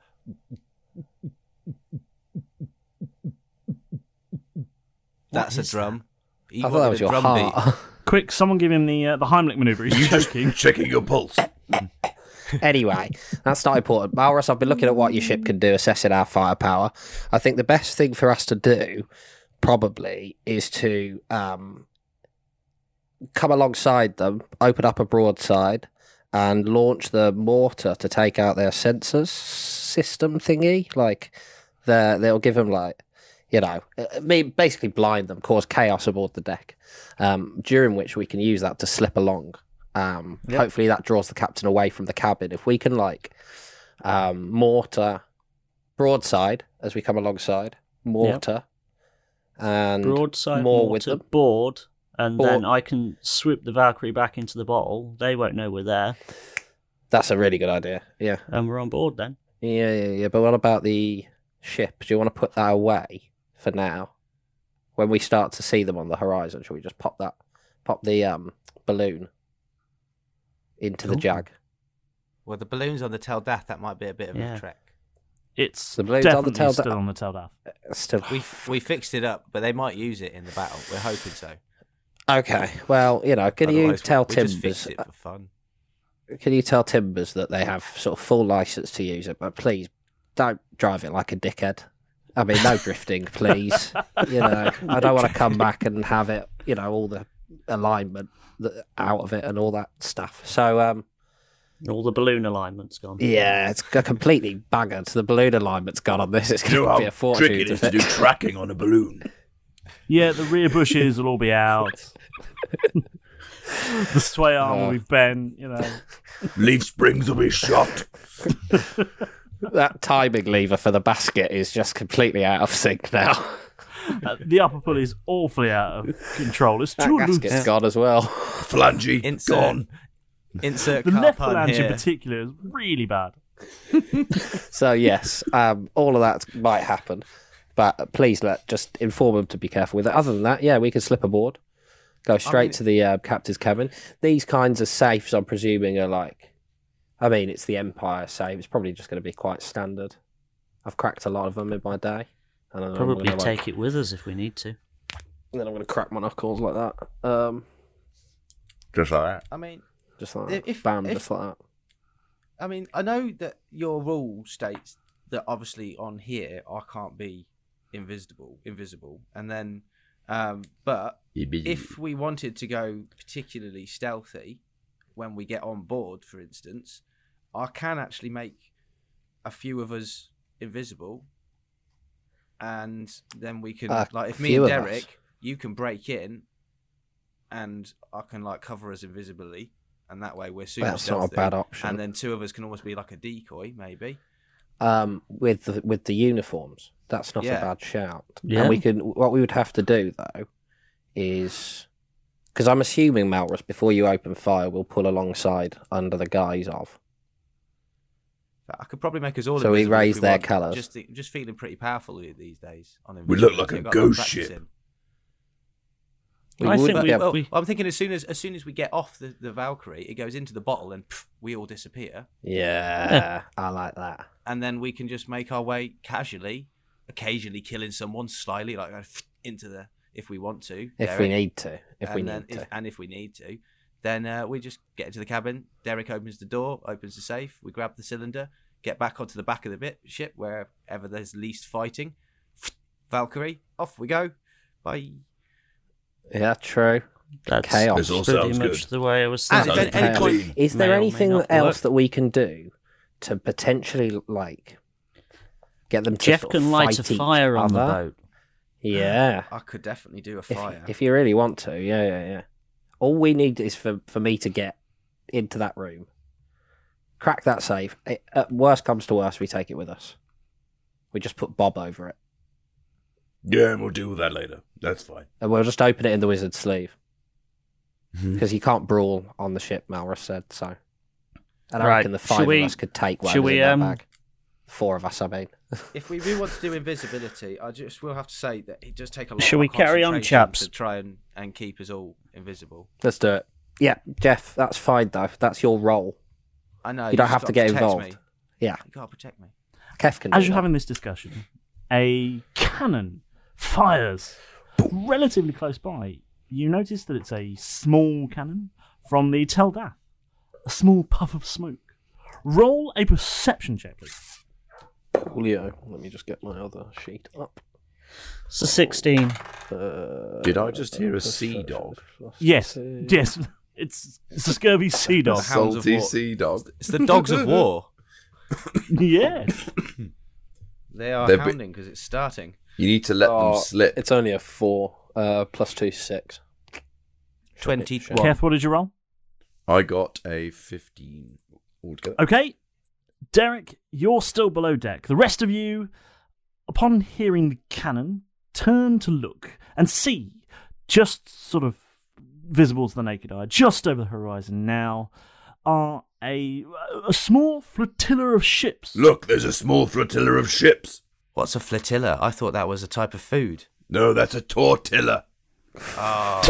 [SPEAKER 5] That's a
[SPEAKER 6] is
[SPEAKER 5] drum. He
[SPEAKER 4] I thought
[SPEAKER 5] wanted
[SPEAKER 4] that
[SPEAKER 5] a
[SPEAKER 4] was your
[SPEAKER 5] drum beat.
[SPEAKER 4] heart.
[SPEAKER 6] quick, someone give him the uh, the Heimlich maneuver. He's choking.
[SPEAKER 8] Checking your pulse.
[SPEAKER 4] anyway, that's not important. Malrus, I've been looking at what your ship can do, assessing our firepower. I think the best thing for us to do, probably, is to um, come alongside them, open up a broadside, and launch the mortar to take out their sensors system thingy. Like, the- they'll give them, like, you know, I mean, basically blind them, cause chaos aboard the deck, um, during which we can use that to slip along. Um, Hopefully, that draws the captain away from the cabin. If we can, like, um, mortar broadside as we come alongside, mortar, and
[SPEAKER 3] Broadside
[SPEAKER 4] more
[SPEAKER 3] mortar
[SPEAKER 4] with them.
[SPEAKER 3] board, and then
[SPEAKER 4] Board.
[SPEAKER 3] I can swoop the Valkyrie back into the bottle. They won't know we're there,
[SPEAKER 4] That's a really good idea. Yeah.
[SPEAKER 3] and we're on board then.
[SPEAKER 4] Yeah, yeah, yeah. But what about the ship? Do you want to put that away for now? When we start to see them on the horizon, shall we just pop that, pop the um, balloon into the jag?
[SPEAKER 5] Well, the balloons on the Teldath. That might be a bit of
[SPEAKER 6] Yeah.
[SPEAKER 5] a trek.
[SPEAKER 6] it's
[SPEAKER 4] The balloon's on the
[SPEAKER 6] definitely
[SPEAKER 4] tail
[SPEAKER 6] still
[SPEAKER 4] that-
[SPEAKER 6] on the Teldath.
[SPEAKER 4] Still,
[SPEAKER 5] We we fixed it up, but they might use it in the battle. We're hoping so.
[SPEAKER 4] okay. Well, you know, can you
[SPEAKER 5] Otherwise, we-
[SPEAKER 4] tell
[SPEAKER 5] we
[SPEAKER 4] Timbers?
[SPEAKER 5] Just fixed it for fun.
[SPEAKER 4] Can you tell Timbers that they have sort of full license to use it, but please don't drive it like a dickhead. I mean, no drifting, please. You know, I don't want to come back and have it, you know, all the alignment that, out of it and all that stuff. So, um,
[SPEAKER 3] All the balloon alignment's gone.
[SPEAKER 4] yeah, it's g- completely buggered. The balloon alignment's gone on this. It's
[SPEAKER 8] You know
[SPEAKER 4] going to be a
[SPEAKER 8] how
[SPEAKER 4] fortune.
[SPEAKER 8] tricky it
[SPEAKER 4] to
[SPEAKER 8] is to do
[SPEAKER 4] fix.
[SPEAKER 8] tracking on a balloon.
[SPEAKER 6] Yeah, the rear bushes will all be out. the sway arm will be
[SPEAKER 4] Oh.
[SPEAKER 6] bent. You know.
[SPEAKER 8] Leaf springs will be shot.
[SPEAKER 4] that timing lever for the basket is just completely out of sync now.
[SPEAKER 6] Uh, the upper pulley's awfully out of control. It's
[SPEAKER 4] That
[SPEAKER 6] too loose.
[SPEAKER 4] gasket's gone as well.
[SPEAKER 8] Phalange
[SPEAKER 5] Insert-
[SPEAKER 8] gone.
[SPEAKER 5] Insert
[SPEAKER 6] The
[SPEAKER 5] car
[SPEAKER 6] left
[SPEAKER 5] pun
[SPEAKER 6] phalange in
[SPEAKER 5] here.
[SPEAKER 6] particular is really bad.
[SPEAKER 4] So yes, um, all of that might happen, but please let just inform them to be careful with it. Other than that, yeah, we can slip aboard, go straight
[SPEAKER 5] mean-
[SPEAKER 4] to the uh, captain's cabin. These kinds of safes, I'm presuming, are like, I mean, it's the Empire safe. It's probably just going to be quite standard. I've cracked a lot of them in my day. And then
[SPEAKER 3] Probably
[SPEAKER 4] I'm gonna,
[SPEAKER 3] take it with us if we need to.
[SPEAKER 4] Like, then I'm going to crack my knuckles like that. Um,
[SPEAKER 8] Just like
[SPEAKER 5] I mean,
[SPEAKER 4] just like
[SPEAKER 5] Um, If-
[SPEAKER 4] that.
[SPEAKER 5] if-
[SPEAKER 4] Bam,
[SPEAKER 5] if-
[SPEAKER 4] just like that.
[SPEAKER 5] I mean, I know that your rule states that obviously on here I can't be invisible, invisible, and then, um, but
[SPEAKER 8] that.
[SPEAKER 5] if we wanted to go particularly stealthy when we get on board, for instance, I can actually make a few of us invisible and then we can
[SPEAKER 4] Ah,
[SPEAKER 5] like if me
[SPEAKER 4] few
[SPEAKER 5] and
[SPEAKER 4] of us.
[SPEAKER 5] Derek, you can break in, and I can like cover us invisibly, and that way we're super.
[SPEAKER 4] That's not a
[SPEAKER 5] stealthy,
[SPEAKER 4] bad option.
[SPEAKER 5] And then two of us can almost be like a decoy, maybe.
[SPEAKER 4] um, with the, with the uniforms. That's not
[SPEAKER 5] Yeah.
[SPEAKER 4] a bad shout.
[SPEAKER 5] Yeah.
[SPEAKER 4] And we could what we would have to do though is because I'm assuming Malrus before you open fire will pull alongside under the guise of
[SPEAKER 5] I could probably make us all.
[SPEAKER 4] So we
[SPEAKER 5] invisible if
[SPEAKER 4] raise their
[SPEAKER 5] want.
[SPEAKER 4] colours.
[SPEAKER 5] Just thi- just feeling pretty powerful the- these days. On
[SPEAKER 8] We look
[SPEAKER 5] invisibility.
[SPEAKER 8] like a
[SPEAKER 5] I've got
[SPEAKER 8] ghost
[SPEAKER 5] practice
[SPEAKER 8] ship.
[SPEAKER 5] in.
[SPEAKER 8] We I would think
[SPEAKER 5] Well,
[SPEAKER 8] be able-
[SPEAKER 5] well, I'm thinking as soon as as soon as we get off the, the Valkyrie, it goes into the bottle and pff, we all disappear.
[SPEAKER 4] yeah, I like that.
[SPEAKER 5] and then we can just make our way casually, occasionally killing someone slyly, like uh, into the if we want to,
[SPEAKER 4] If we need to, if
[SPEAKER 5] eh? and
[SPEAKER 4] we
[SPEAKER 5] then
[SPEAKER 4] need
[SPEAKER 5] if, and if we need to, then uh, we just get into the cabin. Derek opens the door, opens the safe. We grab the cylinder, get back onto the back of the bit, ship wherever there's least fighting. Valkyrie, off we go. Bye.
[SPEAKER 4] Yeah, true.
[SPEAKER 3] That's
[SPEAKER 4] Chaos.
[SPEAKER 3] This all pretty sounds much good. the way I was
[SPEAKER 4] And
[SPEAKER 3] thinking.
[SPEAKER 4] if any-
[SPEAKER 3] Sounds
[SPEAKER 4] any-
[SPEAKER 3] clean.
[SPEAKER 4] is there
[SPEAKER 3] May or may
[SPEAKER 4] anything
[SPEAKER 3] not
[SPEAKER 4] else
[SPEAKER 3] work.
[SPEAKER 4] that we can do to potentially like get them to
[SPEAKER 3] Jeff
[SPEAKER 4] sort of
[SPEAKER 3] can light
[SPEAKER 4] fight
[SPEAKER 3] a
[SPEAKER 4] each
[SPEAKER 3] fire on the
[SPEAKER 4] other?
[SPEAKER 3] boat.
[SPEAKER 4] Yeah.
[SPEAKER 5] I could definitely do a
[SPEAKER 4] If-
[SPEAKER 3] Oh,
[SPEAKER 5] fire.
[SPEAKER 4] If, you really want to, yeah, yeah, yeah. All we need is for, for me to get into that room, crack that safe. It, uh, worst comes to worst, we take it with us. We just put Bob over it,
[SPEAKER 8] Yeah, and we'll deal with that later. That's fine.
[SPEAKER 4] and we'll just open it in the wizard's sleeve
[SPEAKER 3] Mm-hmm.
[SPEAKER 4] because he can't brawl on the ship. Malrus said so, and I
[SPEAKER 3] Right,
[SPEAKER 4] reckon the
[SPEAKER 3] should
[SPEAKER 4] five
[SPEAKER 3] we-
[SPEAKER 4] of us could take whatever's
[SPEAKER 3] should we,
[SPEAKER 4] in that
[SPEAKER 3] um,
[SPEAKER 4] bag. Four of us, I mean.
[SPEAKER 5] If we do want to do invisibility, I just will have to say that it does take a lot.
[SPEAKER 3] Shall
[SPEAKER 5] of
[SPEAKER 3] we carry on,
[SPEAKER 5] concentration
[SPEAKER 3] chaps?
[SPEAKER 5] To try and, and keep us all invisible.
[SPEAKER 4] Let's do it. Yeah, Jeff, that's fine though. That's your role.
[SPEAKER 5] I know.
[SPEAKER 4] You don't
[SPEAKER 5] just
[SPEAKER 4] have to get
[SPEAKER 5] gotta protect
[SPEAKER 4] involved.
[SPEAKER 5] me.
[SPEAKER 4] Yeah,
[SPEAKER 5] You gotta protect me.
[SPEAKER 4] Kef can.
[SPEAKER 6] As
[SPEAKER 4] do
[SPEAKER 6] you're
[SPEAKER 4] that.
[SPEAKER 6] having this discussion, a cannon fires relatively close by. You notice that it's a small cannon from the Teldath. A small puff of smoke. Roll a perception check, please.
[SPEAKER 4] Coolio. Let me just get my other sheet up. Uh,
[SPEAKER 3] It's a 16.
[SPEAKER 8] Did I just hear a sea dog?
[SPEAKER 6] Yes, yes. It's, it's a scurvy sea dog.
[SPEAKER 8] Salty sea dog.
[SPEAKER 5] It's the dogs of war.
[SPEAKER 6] yes.
[SPEAKER 5] They are
[SPEAKER 8] They're bi-
[SPEAKER 5] hounding because it's starting.
[SPEAKER 8] You need to let
[SPEAKER 4] Oh,
[SPEAKER 8] them slip.
[SPEAKER 4] It's only a four, uh, plus two, six.
[SPEAKER 5] Twenty-one.
[SPEAKER 6] Kef, what did you roll?
[SPEAKER 8] I got a 15 altogether.
[SPEAKER 6] Okay. Derek, you're still below deck. The rest of you, upon hearing the cannon, turn to look and see, just sort of visible to the naked eye, just over the horizon now, are a, a small flotilla of ships.
[SPEAKER 8] Look, there's a small flotilla of ships.
[SPEAKER 5] What's a flotilla? I thought that was a type of food.
[SPEAKER 8] No, that's a tortilla. Ah.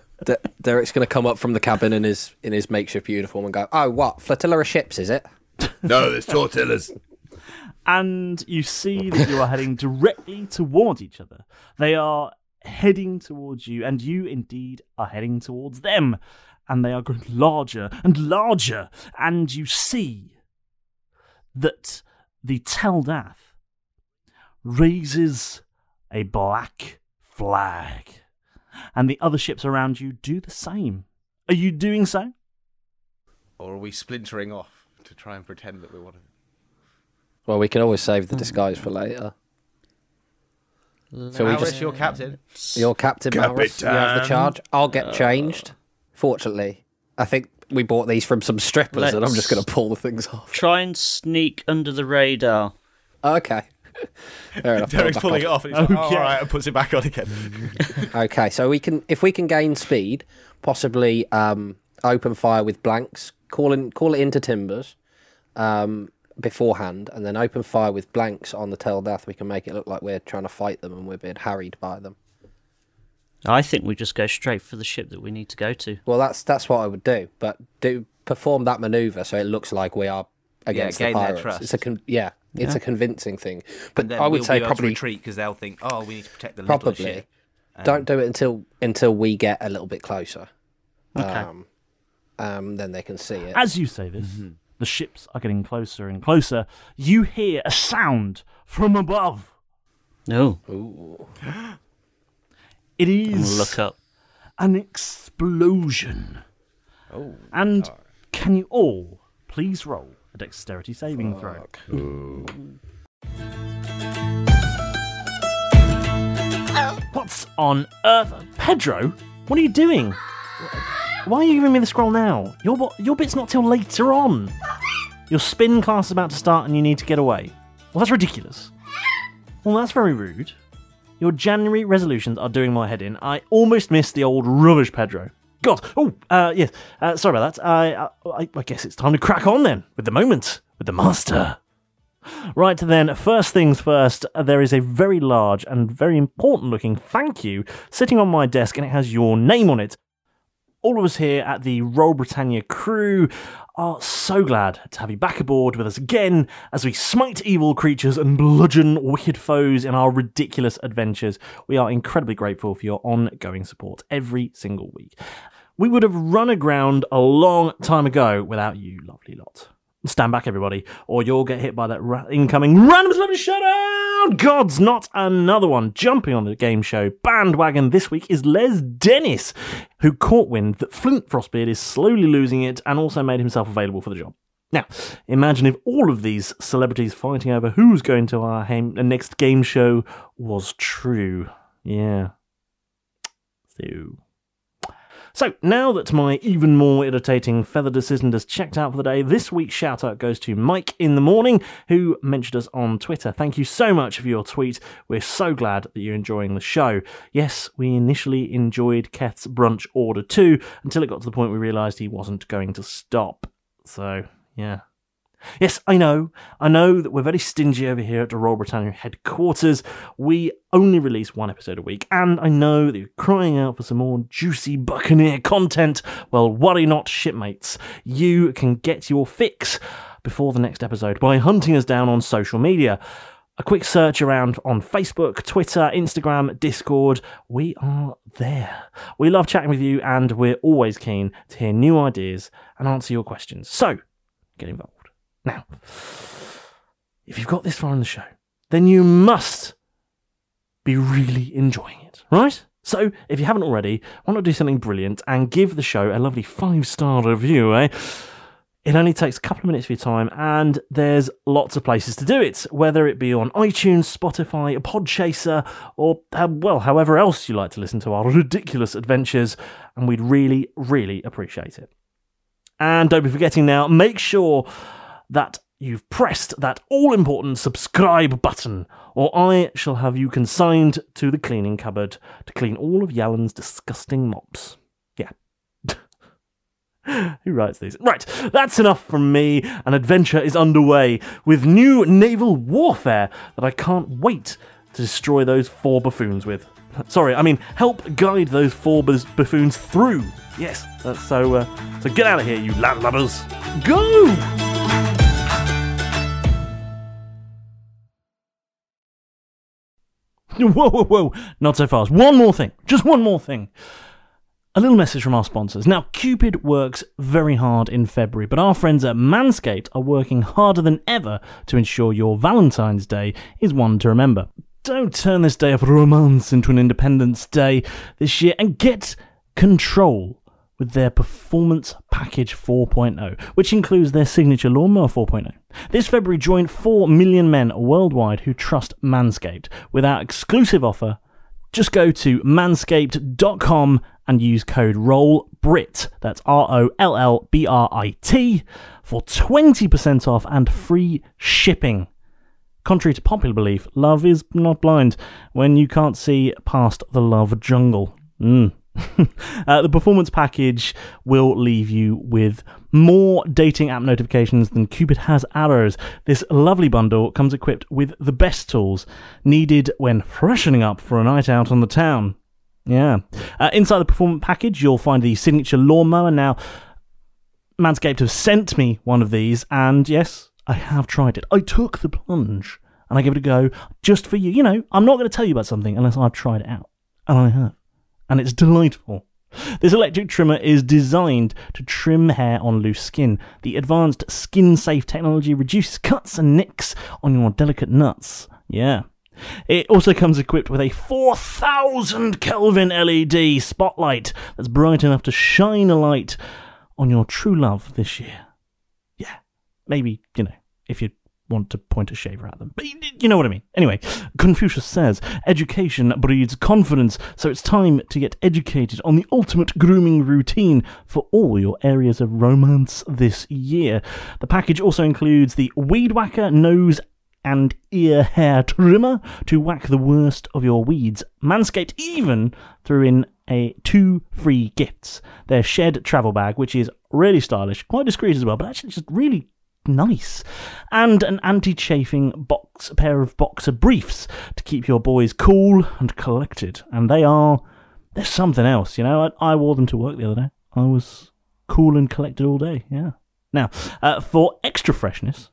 [SPEAKER 4] De- Derek's going to come up from the cabin in his in his makeshift uniform and go, "Oh, what flotilla of ships is it?"
[SPEAKER 8] No, there's tortillas.
[SPEAKER 6] and you see that you are heading directly towards each other. They are heading towards you, and you indeed are heading towards them. And they are growing larger and larger, and you see that the Teldath raises a black flag, and the other ships around you do the same. Are you doing so?
[SPEAKER 5] Or are we splintering off to try and pretend that we're one of them?
[SPEAKER 4] Well, we can always save the disguise for later. So we
[SPEAKER 5] Malrus,
[SPEAKER 4] just
[SPEAKER 5] your captain.
[SPEAKER 4] your captain, Malrus, you have the
[SPEAKER 8] Capitan.
[SPEAKER 4] charge. I'll get changed. Fortunately, I think we bought these from some strippers, and I'm just going
[SPEAKER 3] Let's-
[SPEAKER 4] to pull the things off.
[SPEAKER 3] Try and sneak under the radar.
[SPEAKER 4] Okay. Fair enough.
[SPEAKER 10] Derek's
[SPEAKER 4] I'll back
[SPEAKER 10] pulling it
[SPEAKER 4] off.
[SPEAKER 10] off and he's like, "Oh,
[SPEAKER 6] Okay.
[SPEAKER 10] all right, and puts it back on again.
[SPEAKER 4] Okay, so we can if we can gain speed, possibly um, open fire with blanks, call in, call it into timbers um, beforehand, and then open fire with blanks on the Teldath. We can make it look like we're trying to fight them and we're being harried by them.
[SPEAKER 3] I think we just go straight for the ship that we need to go to.
[SPEAKER 4] Well, that's that's what I would do, but do perform that maneuver so it looks like we are against
[SPEAKER 5] gain
[SPEAKER 4] the
[SPEAKER 5] their
[SPEAKER 4] pirates. It's a
[SPEAKER 5] trust.
[SPEAKER 4] con- yeah, it's
[SPEAKER 3] Yeah.
[SPEAKER 4] a convincing thing.
[SPEAKER 5] And
[SPEAKER 4] But
[SPEAKER 5] then
[SPEAKER 4] I would
[SPEAKER 5] we'll
[SPEAKER 4] say
[SPEAKER 5] be able to
[SPEAKER 4] probably
[SPEAKER 5] retreat because they'll think, oh, we need to protect the little
[SPEAKER 4] probably
[SPEAKER 5] ship.
[SPEAKER 4] don't do it until until we get a little bit closer.
[SPEAKER 3] Okay.
[SPEAKER 4] Um, um, then they can see it.
[SPEAKER 6] As you say this, the ships are getting closer and closer. You hear a sound from above.
[SPEAKER 3] No.
[SPEAKER 6] It
[SPEAKER 3] We'll
[SPEAKER 6] is
[SPEAKER 3] look up.
[SPEAKER 6] an explosion. Oh. And can you all please roll a dexterity saving throw? on earth? Pedro, what are you doing? Why are you giving me the scroll now? Your bo- your bit's not till later on. Your spin class is about to start, and you need to get away. Well, that's ridiculous. Well, that's very rude. Your January resolutions are doing my head in. I almost missed the old rubbish, Pedro. God. Oh, uh, yes. Uh, sorry about that. I, I I guess it's time to crack on then with the moment with the master. Right then, first things first, uh, there is a very large and very important looking thank you sitting on my desk and it has your name on it. All of us here at the Royal Britannia crew are so glad to have you back aboard with us again as we smite evil creatures and bludgeon wicked foes in our ridiculous adventures. We are incredibly grateful for your ongoing support every single week. We would have run aground a long time ago without you, lovely lot. Stand back, everybody, or you'll get hit by that ra- incoming random celebrity showdown. God's not another one. Jumping on the game show bandwagon this week is Les Dennis, who caught wind that Flint Frostbeard is slowly losing it and also made himself available for the job. Now, imagine if all of these celebrities fighting over who's going to our ham- next game show was true. Yeah. So. So, now that my even more irritating feathered assistant has checked out for the day, this week's shout out goes to Mike in the Morning, who mentioned us on Twitter. Thank you so much for your tweet. We're so glad that you're enjoying the show. Yes, we initially enjoyed Keth's brunch order too, until it got to the point we realised he wasn't going to stop. So, yeah. Yes, I know. I know that we're very stingy over here at the Royal Britannia headquarters. We only release one episode a week, and I know that you're crying out for some more juicy Buccaneer content. Well, worry not, shipmates. You can get your fix before the next episode by hunting us down on social media. A quick search around on Facebook, Twitter, Instagram, Discord. We are there. We love chatting with you, and we're always keen to hear new ideas and answer your questions. So, get involved. Now, if you've got this far in the show, then you must be really enjoying it, right? So, if you haven't already, why not do something brilliant and give the show a lovely five star review, eh? It only takes a couple of minutes of your time, and there's lots of places to do it, whether it be on iTunes, Spotify, Podchaser, or, uh, well, however else you like to listen to our ridiculous adventures, and we'd really, really appreciate it. And don't be forgetting now, make sure that you've pressed that all important subscribe button, or I shall have you consigned to the cleaning cupboard to clean all of Yallan's disgusting mops. Yeah. Who writes these? Right, that's enough from me. An adventure is underway with new naval warfare that I can't wait to destroy those four buffoons with. Sorry, I mean help guide those four bus- buffoons through. Yes, uh, so uh, so get out of here, you landlubbers. Go! Whoa, whoa, whoa! Not so fast. One more thing. Just one more thing. A little message from our sponsors. Now, Cupid works very hard in February, but our friends at Manscaped are working harder than ever to ensure your Valentine's Day is one to remember. Don't turn this day of romance into an Independence Day this year and get control with their Performance Package 4.0, which includes their signature lawnmower 4.0. This February, join 4 million men worldwide who trust Manscaped with our exclusive offer just go to manscaped.com and use code ROLLBRIT, that's R O L L B R I T, for 20% off and free shipping. Contrary to popular belief, love is not blind when you can't see past the love jungle. Mm. Uh, the performance package will leave you with more dating app notifications than Cupid has arrows. This lovely bundle comes equipped with the best tools needed when freshening up for a night out on the town. Yeah. Uh, inside the performance package, you'll find the signature lawnmower. Now, Manscaped have sent me one of these, and yes, I have tried it. I took the plunge and I gave it a go just for you. You know, I'm not going to tell you about something unless I've tried it out, and I have, and it's delightful. This electric trimmer is designed to trim hair on loose skin. The advanced skin safe technology reduces cuts and nicks on your delicate nuts. Yeah. It also comes equipped with a 4000 Kelvin LED spotlight that's bright enough to shine a light on your true love this year. Yeah. Maybe, you know, if you're want to point a shaver at them. But you, you know what I mean. Anyway, Confucius says education breeds confidence, so it's time to get educated on the ultimate grooming routine for all your areas of romance this year. The package also includes the weed whacker, nose and ear hair trimmer to whack the worst of your weeds. Manscaped even threw in a two free gifts. Their shed travel bag, which is really stylish, quite discreet as well, but actually just really nice. And an anti-chafing box pair of boxer briefs to keep your boys cool and collected. And they are they're something else, you know. I, I wore them to work the other day. I was cool and collected all day, yeah. Now, uh, for extra freshness,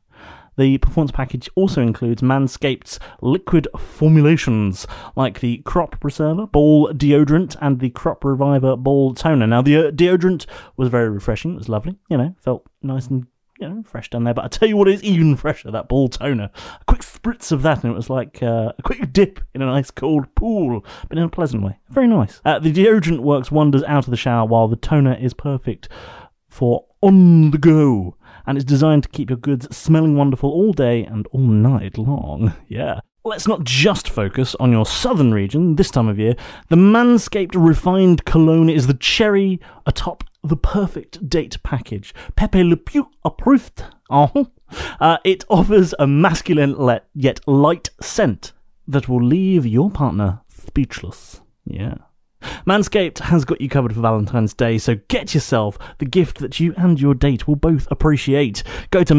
[SPEAKER 6] the performance package also includes Manscaped's liquid formulations, like the Crop Preserver Ball Deodorant and the Crop Reviver Ball Toner. Now, the uh, deodorant was very refreshing. It was lovely. You know, felt nice and you know fresh down there. But I tell you what is even fresher: that Ball Toner. A quick spritz of that, and it was like uh, a quick dip in an ice cold pool, but in a pleasant way. Very nice. Uh, the deodorant works wonders out of the shower, while the toner is perfect for on the go, and it's designed to keep your goods smelling wonderful all day and all night long. Yeah. Let's not just focus on your southern region this time of year. The Manscaped Refined Cologne is the cherry atop the perfect date package. Pepe Le Pew approved. Uh-huh. Uh, it offers a masculine le- yet light scent that will leave your partner speechless. Yeah. Manscaped has got you covered for Valentine's Day, so get yourself the gift that you and your date will both appreciate. Go to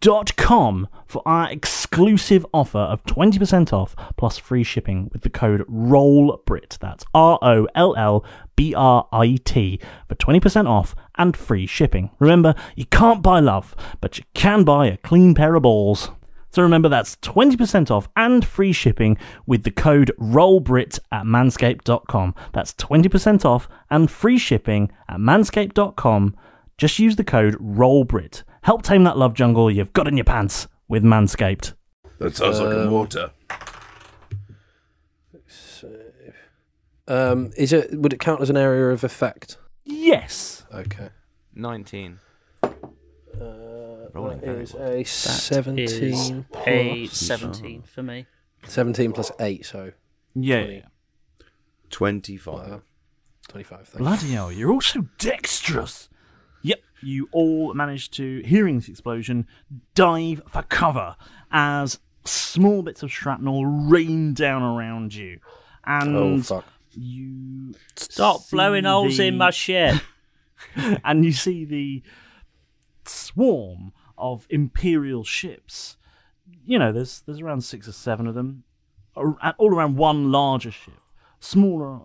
[SPEAKER 6] manscaped.com for our exclusive offer of 20% off plus free shipping with the code ROLLBRIT. That's R O L L B R I T for 20% off and free shipping. Remember, you can't buy love, but you can buy a clean pair of balls. So remember that's 20% off and free shipping with the code ROLLBRIT at manscaped.com. That's 20% off and free shipping at manscaped.com. Just use the code ROLLBRIT. Help tame that love jungle you've got in your pants with Manscaped.
[SPEAKER 8] That sounds like a
[SPEAKER 9] Um,
[SPEAKER 8] water.
[SPEAKER 9] Um, is it? Would it count as an area of effect?
[SPEAKER 6] Yes.
[SPEAKER 5] Um,
[SPEAKER 9] Okay.
[SPEAKER 5] Nineteen.
[SPEAKER 9] Rolling
[SPEAKER 5] very
[SPEAKER 9] Uh, is
[SPEAKER 5] well.
[SPEAKER 9] a
[SPEAKER 5] That
[SPEAKER 9] seventeen.
[SPEAKER 3] is a
[SPEAKER 9] plus-
[SPEAKER 3] 17 for me.
[SPEAKER 9] Seventeen plus eight, so
[SPEAKER 6] Yeah.
[SPEAKER 8] 25.
[SPEAKER 9] twenty-five. Thank
[SPEAKER 6] Bloody hell, you're all so dexterous. Yep, you all managed to, hearing this explosion, dive for cover as small bits of shrapnel rain down around you. And
[SPEAKER 9] Oh, fuck.
[SPEAKER 6] you
[SPEAKER 3] Stop
[SPEAKER 6] see
[SPEAKER 3] blowing holes
[SPEAKER 6] the-
[SPEAKER 3] in my shit.
[SPEAKER 6] and you see the swarm of imperial ships. You know, there's there's around six or seven of them, ar- a- all around one larger ship, smaller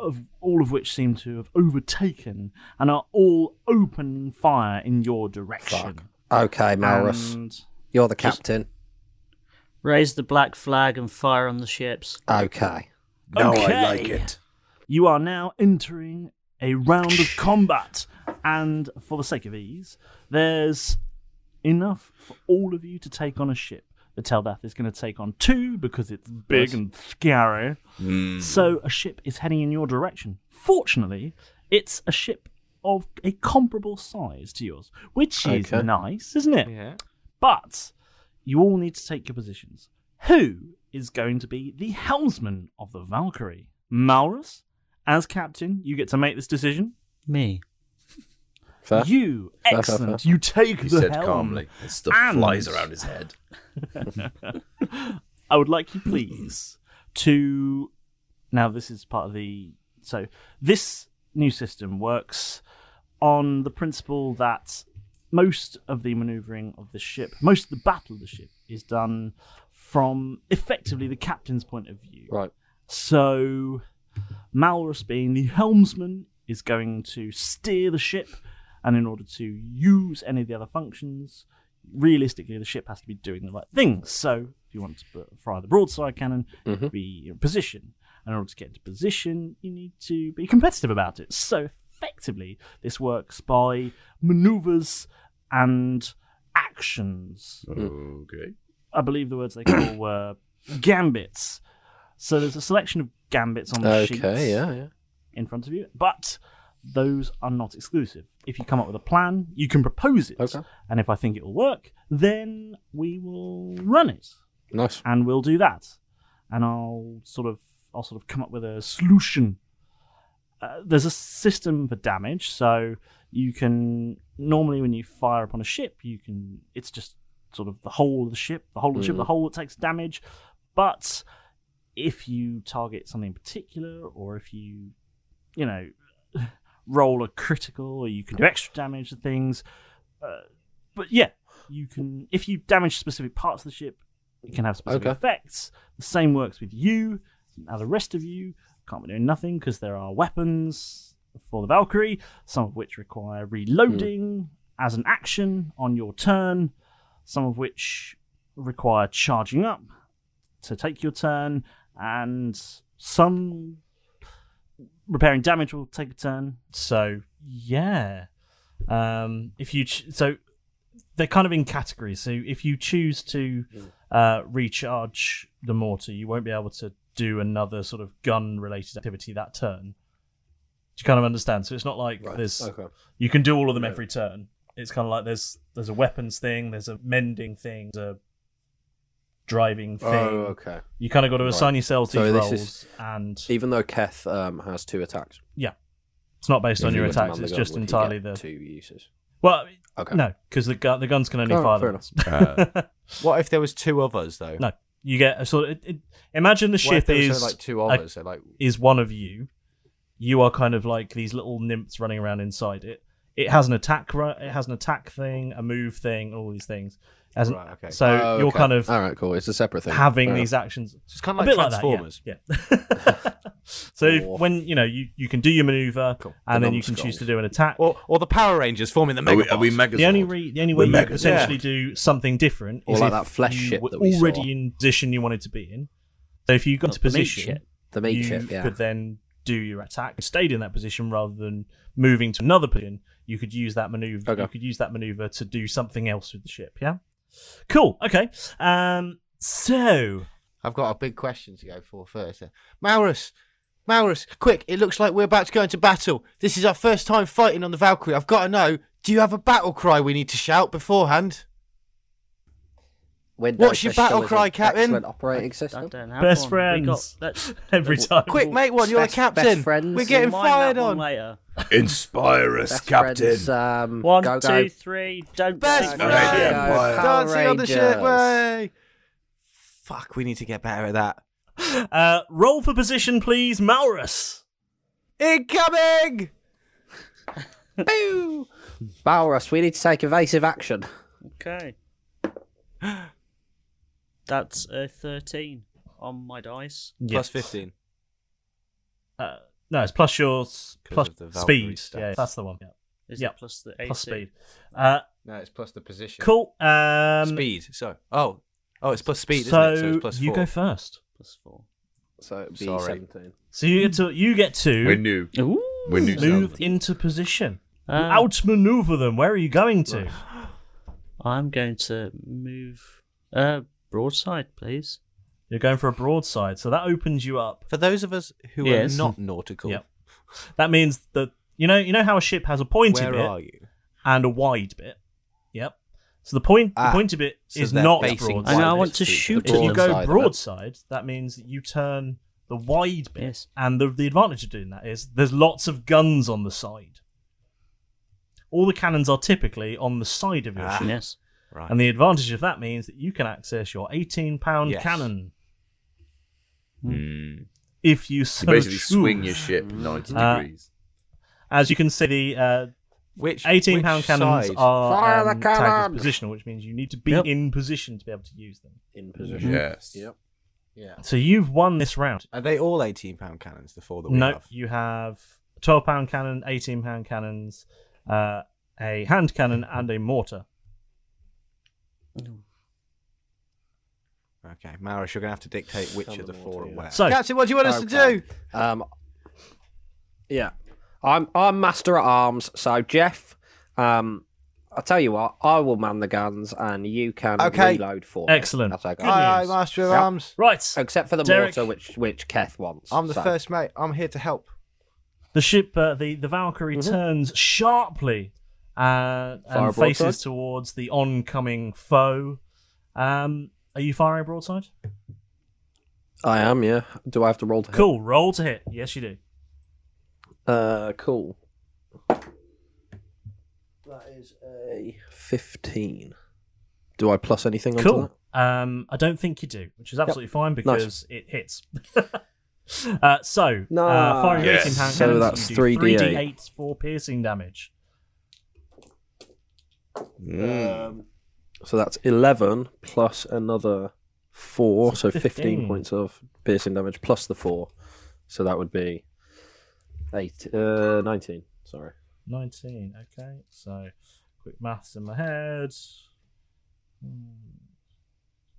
[SPEAKER 6] of all of which seem to have overtaken and are all opening fire in your direction.
[SPEAKER 9] Okay, Malrus,
[SPEAKER 6] And-
[SPEAKER 9] you're the captain.
[SPEAKER 3] Raise the black flag and fire on the ships.
[SPEAKER 9] Okay.
[SPEAKER 8] Now
[SPEAKER 6] Okay.
[SPEAKER 8] I like it.
[SPEAKER 6] You are now entering a round of combat, and for the sake of ease, there's enough for all of you to take on a ship. The Teldath is going to take on two because it's big and scary.
[SPEAKER 7] Mm-hmm.
[SPEAKER 6] So a ship is heading in your direction. Fortunately, it's a ship of a comparable size to yours, which is
[SPEAKER 9] Okay.
[SPEAKER 6] nice, isn't it?
[SPEAKER 5] Yeah.
[SPEAKER 6] But you all need to take your positions. Who is going to be the helmsman of the Valkyrie? Maurus, as captain, you get to make this decision.
[SPEAKER 3] Me.
[SPEAKER 9] Fair.
[SPEAKER 6] You,
[SPEAKER 9] Fair, fair,
[SPEAKER 6] excellent.
[SPEAKER 9] fair.
[SPEAKER 6] You take
[SPEAKER 8] He
[SPEAKER 6] the
[SPEAKER 8] said
[SPEAKER 6] helm.
[SPEAKER 8] calmly. This stuff
[SPEAKER 6] And-
[SPEAKER 8] flies around his head.
[SPEAKER 6] I would like you, please, to. Now, this is part of the. So, this new system works on the principle that most of the maneuvering of the ship, most of the battle of the ship, is done from effectively the captain's point of view.
[SPEAKER 9] Right.
[SPEAKER 6] So, Malrus, being the helmsman, is going to steer the ship, and in order to use any of the other functions, realistically, the ship has to be doing the right things. So, if you want to bu- fire the broadside cannon, be in position. And in order to get into position, you need to be competitive about it. So, effectively, this works by maneuvers and actions.
[SPEAKER 8] Okay.
[SPEAKER 6] I believe the words they call were gambits. So there's a selection of gambits on the sheets
[SPEAKER 9] Okay. Yeah. Yeah.
[SPEAKER 6] in front of you, but those are not exclusive. If you come up with a plan, you can propose it. And if I think it will work, then we will run it.
[SPEAKER 9] Nice.
[SPEAKER 6] And we'll do that. And I'll sort of I'll sort of come up with a solution. Uh, there's a system for damage, so you can normally when you fire upon a ship, you can it's just sort of the whole of the ship, the whole of the ship,
[SPEAKER 12] Mhm.
[SPEAKER 3] Mm.
[SPEAKER 6] the whole that takes damage. But if you target something particular or if you you know roll a critical or you can do extra damage to things uh, but yeah you can if you damage specific parts of the ship it can have specific
[SPEAKER 9] Okay.
[SPEAKER 6] effects the same works with you now the rest of you can't be doing nothing because there are weapons for the valkyrie some of which require reloading as an action on your turn some of which require charging up to take your turn, and some repairing damage will take a turn. So yeah, um, if you ch- so they're kind of in categories. So if you choose to uh, recharge the mortar, you won't be able to do another sort of gun-related activity that turn. Do you kind of understand? So it's not like
[SPEAKER 12] Right,
[SPEAKER 6] there's
[SPEAKER 12] okay.
[SPEAKER 6] you can do all of them
[SPEAKER 12] Yeah.
[SPEAKER 6] every turn. It's kind of like there's there's a weapons thing, there's a mending thing, there's a driving thing.
[SPEAKER 9] Oh, okay.
[SPEAKER 6] You kind of got to assign yourselves
[SPEAKER 9] so
[SPEAKER 6] these
[SPEAKER 9] this
[SPEAKER 6] roles.
[SPEAKER 9] Is,
[SPEAKER 6] and
[SPEAKER 9] even though Keth um, has two attacks,
[SPEAKER 6] Yeah, it's not based
[SPEAKER 9] If
[SPEAKER 6] on
[SPEAKER 9] he
[SPEAKER 6] your
[SPEAKER 9] were to man
[SPEAKER 6] attacks.
[SPEAKER 9] the
[SPEAKER 6] It's
[SPEAKER 9] gun,
[SPEAKER 6] just
[SPEAKER 9] would he
[SPEAKER 6] entirely
[SPEAKER 9] get
[SPEAKER 6] the
[SPEAKER 9] two uses.
[SPEAKER 6] Well,
[SPEAKER 9] Okay.
[SPEAKER 6] no, because the gun the guns can only
[SPEAKER 5] Oh,
[SPEAKER 6] fire.
[SPEAKER 5] fair
[SPEAKER 6] once.
[SPEAKER 5] enough. Uh, what if there was two of us though?
[SPEAKER 6] No, you get a sort of it, it- imagine the
[SPEAKER 5] What if
[SPEAKER 6] ship
[SPEAKER 5] there was,
[SPEAKER 6] is
[SPEAKER 5] like, two of
[SPEAKER 6] a-
[SPEAKER 5] us, so, like-
[SPEAKER 6] is one of you. You are kind of like these little nymphs running around inside it. It has an attack. ru- It has an attack thing, a move thing, all these things. As an-
[SPEAKER 5] Right, okay.
[SPEAKER 6] So
[SPEAKER 5] Oh,
[SPEAKER 6] you're
[SPEAKER 5] okay.
[SPEAKER 6] kind of
[SPEAKER 9] all right, cool. It's a separate thing.
[SPEAKER 6] having
[SPEAKER 9] Fair
[SPEAKER 6] these
[SPEAKER 9] enough.
[SPEAKER 6] actions.
[SPEAKER 5] So it's kind
[SPEAKER 6] A
[SPEAKER 5] of
[SPEAKER 6] bit
[SPEAKER 5] like
[SPEAKER 6] that, yeah.
[SPEAKER 5] Transformers.
[SPEAKER 6] yeah. so if, when you know you, you can do your maneuver, and
[SPEAKER 5] The
[SPEAKER 6] then you can choose
[SPEAKER 5] numbskulls.
[SPEAKER 6] to do an attack.
[SPEAKER 5] Or, or the Power Rangers forming the
[SPEAKER 6] Are we-
[SPEAKER 5] Mega
[SPEAKER 6] are we Megazord? The only re- the only way you could potentially do something different
[SPEAKER 9] Or
[SPEAKER 6] is
[SPEAKER 9] like
[SPEAKER 6] if
[SPEAKER 9] that flesh
[SPEAKER 6] you
[SPEAKER 9] ship
[SPEAKER 6] were
[SPEAKER 9] that we
[SPEAKER 6] already
[SPEAKER 9] saw. Oh,
[SPEAKER 6] in position you wanted to be in. So if you got
[SPEAKER 9] The
[SPEAKER 6] to
[SPEAKER 9] meat
[SPEAKER 6] position,
[SPEAKER 9] ship. The meat
[SPEAKER 6] you
[SPEAKER 9] ship, yeah.
[SPEAKER 6] could then do your attack. You Stayed in that position rather than moving to another position. You could use that maneuver. You could use that maneuver to do something else with the ship. Yeah. Cool. Okay. Um. So
[SPEAKER 11] I've got a big question to go for first. then. Maurus, Maurus, quick! It looks like we're about to go into battle. This is our first time fighting on the Valkyrie. I've got to know. Do you have a battle cry we need to shout beforehand?
[SPEAKER 9] Windows
[SPEAKER 11] What's your
[SPEAKER 9] Vista
[SPEAKER 11] battle
[SPEAKER 9] is
[SPEAKER 11] cry,
[SPEAKER 9] an
[SPEAKER 11] Captain?
[SPEAKER 9] Excellent operating system.
[SPEAKER 6] Best friends. Every time.
[SPEAKER 11] Quick, make one. You're the
[SPEAKER 9] Best-
[SPEAKER 11] captain.
[SPEAKER 9] best friends.
[SPEAKER 11] We're getting
[SPEAKER 9] Mine that
[SPEAKER 11] fired
[SPEAKER 9] one
[SPEAKER 11] on.
[SPEAKER 3] Later.
[SPEAKER 8] Inspire us,
[SPEAKER 9] Best
[SPEAKER 8] Captain.
[SPEAKER 9] friends, um,
[SPEAKER 3] One,
[SPEAKER 9] go, go.
[SPEAKER 3] two, three. Don't
[SPEAKER 11] Best
[SPEAKER 3] say
[SPEAKER 11] friend.
[SPEAKER 3] no.
[SPEAKER 9] Power
[SPEAKER 11] Dancing on the ship.
[SPEAKER 9] Rangers.
[SPEAKER 11] Way. Fuck. We need to get better at that.
[SPEAKER 6] Uh, roll for position, please, Maurus.
[SPEAKER 11] Incoming!
[SPEAKER 9] Boo! Balrus, we need to take evasive action.
[SPEAKER 3] Okay. That's a 13 on my dice.
[SPEAKER 5] Plus 15.
[SPEAKER 6] Uh, no, it's plus your s- plus
[SPEAKER 5] of the Valkyrie
[SPEAKER 6] speed.
[SPEAKER 5] stats.
[SPEAKER 6] Yeah, that's the one. Yeah.
[SPEAKER 3] Is
[SPEAKER 6] yeah.
[SPEAKER 3] it plus the
[SPEAKER 6] plus
[SPEAKER 3] AC?
[SPEAKER 6] speed? Uh,
[SPEAKER 5] No, it's plus the position.
[SPEAKER 6] cool. Um,
[SPEAKER 5] speed. So, oh, oh, it's plus speed.
[SPEAKER 6] So,
[SPEAKER 5] isn't it? so it's plus
[SPEAKER 6] you
[SPEAKER 5] four.
[SPEAKER 6] go first.
[SPEAKER 3] Plus four.
[SPEAKER 9] So it'd be
[SPEAKER 5] Sorry.
[SPEAKER 9] 17.
[SPEAKER 6] So you get to you get to
[SPEAKER 8] We're new.
[SPEAKER 3] Ooh.
[SPEAKER 8] We're new.
[SPEAKER 6] move
[SPEAKER 8] sound.
[SPEAKER 6] into position. You
[SPEAKER 3] Ah.
[SPEAKER 6] outmaneuver them. Where are you going to?
[SPEAKER 3] I'm going to move uh, broadside, please.
[SPEAKER 6] You're going for a broadside, so that opens you up.
[SPEAKER 5] For those of us who
[SPEAKER 6] Yes.
[SPEAKER 5] are not nautical,
[SPEAKER 6] Yep. That means that you know you know how a ship has a pointy
[SPEAKER 5] Where
[SPEAKER 6] bit
[SPEAKER 5] are you?
[SPEAKER 6] and a wide bit. Yep. So the point the
[SPEAKER 5] Ah,
[SPEAKER 6] pointy bit
[SPEAKER 5] so
[SPEAKER 6] is
[SPEAKER 5] they're
[SPEAKER 6] not
[SPEAKER 5] facing
[SPEAKER 6] broadside.
[SPEAKER 5] I know, I want to
[SPEAKER 3] shoot
[SPEAKER 6] If you
[SPEAKER 3] them.
[SPEAKER 6] go
[SPEAKER 3] broadside.
[SPEAKER 6] broadside, that means that you turn the wide bit, and the the advantage of doing that is there's lots of guns on the side. All the cannons are typically on the side of your
[SPEAKER 5] Ah,
[SPEAKER 6] ship.
[SPEAKER 3] yes.
[SPEAKER 5] Right.
[SPEAKER 6] And the advantage of that means that you can access your 18 pound
[SPEAKER 5] Yes.
[SPEAKER 6] cannon Hmm.
[SPEAKER 8] Mm.
[SPEAKER 6] if you so
[SPEAKER 8] You basically
[SPEAKER 6] choose.
[SPEAKER 8] swing your ship 90
[SPEAKER 6] Uh,
[SPEAKER 8] degrees.
[SPEAKER 6] As you can see, the uh,
[SPEAKER 5] which
[SPEAKER 6] 18
[SPEAKER 5] which
[SPEAKER 6] pound cannons
[SPEAKER 5] side?
[SPEAKER 6] are
[SPEAKER 9] Fire
[SPEAKER 6] um,
[SPEAKER 9] the
[SPEAKER 6] tagged
[SPEAKER 9] cannon!
[SPEAKER 6] as positional, which means you need to be
[SPEAKER 9] Yep.
[SPEAKER 6] in position to be able to use them.
[SPEAKER 9] In position.
[SPEAKER 8] Yes.
[SPEAKER 9] Yep.
[SPEAKER 5] Yeah.
[SPEAKER 6] Mm-hmm. So you've won this round.
[SPEAKER 5] Are they all 18 pound cannons, the four that we
[SPEAKER 6] No,
[SPEAKER 5] have?
[SPEAKER 6] you have 12 pound cannon, 18 pound cannons, uh, a hand cannon, and a mortar.
[SPEAKER 5] Okay, Maris, you're going to have to dictate which of the four are where.
[SPEAKER 6] So-
[SPEAKER 11] Captain, what do you want us to
[SPEAKER 9] Okay.
[SPEAKER 11] do?
[SPEAKER 9] Um, yeah, I'm I'm master at arms. So Jeff, um, I tell you what, I will man the guns, and you can
[SPEAKER 11] Okay.
[SPEAKER 9] reload for me.
[SPEAKER 6] Excellent.
[SPEAKER 9] That's okay.
[SPEAKER 6] Good news.
[SPEAKER 11] Aye, aye, Master of
[SPEAKER 9] Yep.
[SPEAKER 11] Arms.
[SPEAKER 6] Right.
[SPEAKER 9] Except for the
[SPEAKER 6] Derek.
[SPEAKER 9] mortar, which which Keth wants.
[SPEAKER 11] I'm the
[SPEAKER 9] so.
[SPEAKER 11] first mate. I'm here to help.
[SPEAKER 6] The ship, uh, the the Valkyrie,
[SPEAKER 12] Mhm.
[SPEAKER 6] turns sharply uh,
[SPEAKER 12] Fire
[SPEAKER 6] and faces
[SPEAKER 12] broadside?
[SPEAKER 6] towards the oncoming foe. Um, are you firing broadside?
[SPEAKER 9] I am, yeah. Do I have to roll to hit?
[SPEAKER 6] Cool. Roll to hit. Yes, you do.
[SPEAKER 9] Uh, cool. That is a 15. Do I plus anything onto
[SPEAKER 6] Cool.
[SPEAKER 9] that?
[SPEAKER 6] Um, I don't think you do, which is
[SPEAKER 9] Yep.
[SPEAKER 6] absolutely fine
[SPEAKER 9] Nice.
[SPEAKER 6] because it hits. uh, so, uh,
[SPEAKER 9] Nice.
[SPEAKER 6] firing
[SPEAKER 9] Yes.
[SPEAKER 6] 18 pound
[SPEAKER 9] So
[SPEAKER 6] cannons,
[SPEAKER 9] that's
[SPEAKER 6] you do
[SPEAKER 9] 3d8.
[SPEAKER 6] 3d8 for piercing damage.
[SPEAKER 9] Um, so that's 11 plus another 4, so 15.
[SPEAKER 6] 15.
[SPEAKER 9] points of piercing damage plus the 4. So that would be 8 uh 19, sorry.
[SPEAKER 6] 19. Okay, so quick maths in my head. Hmm.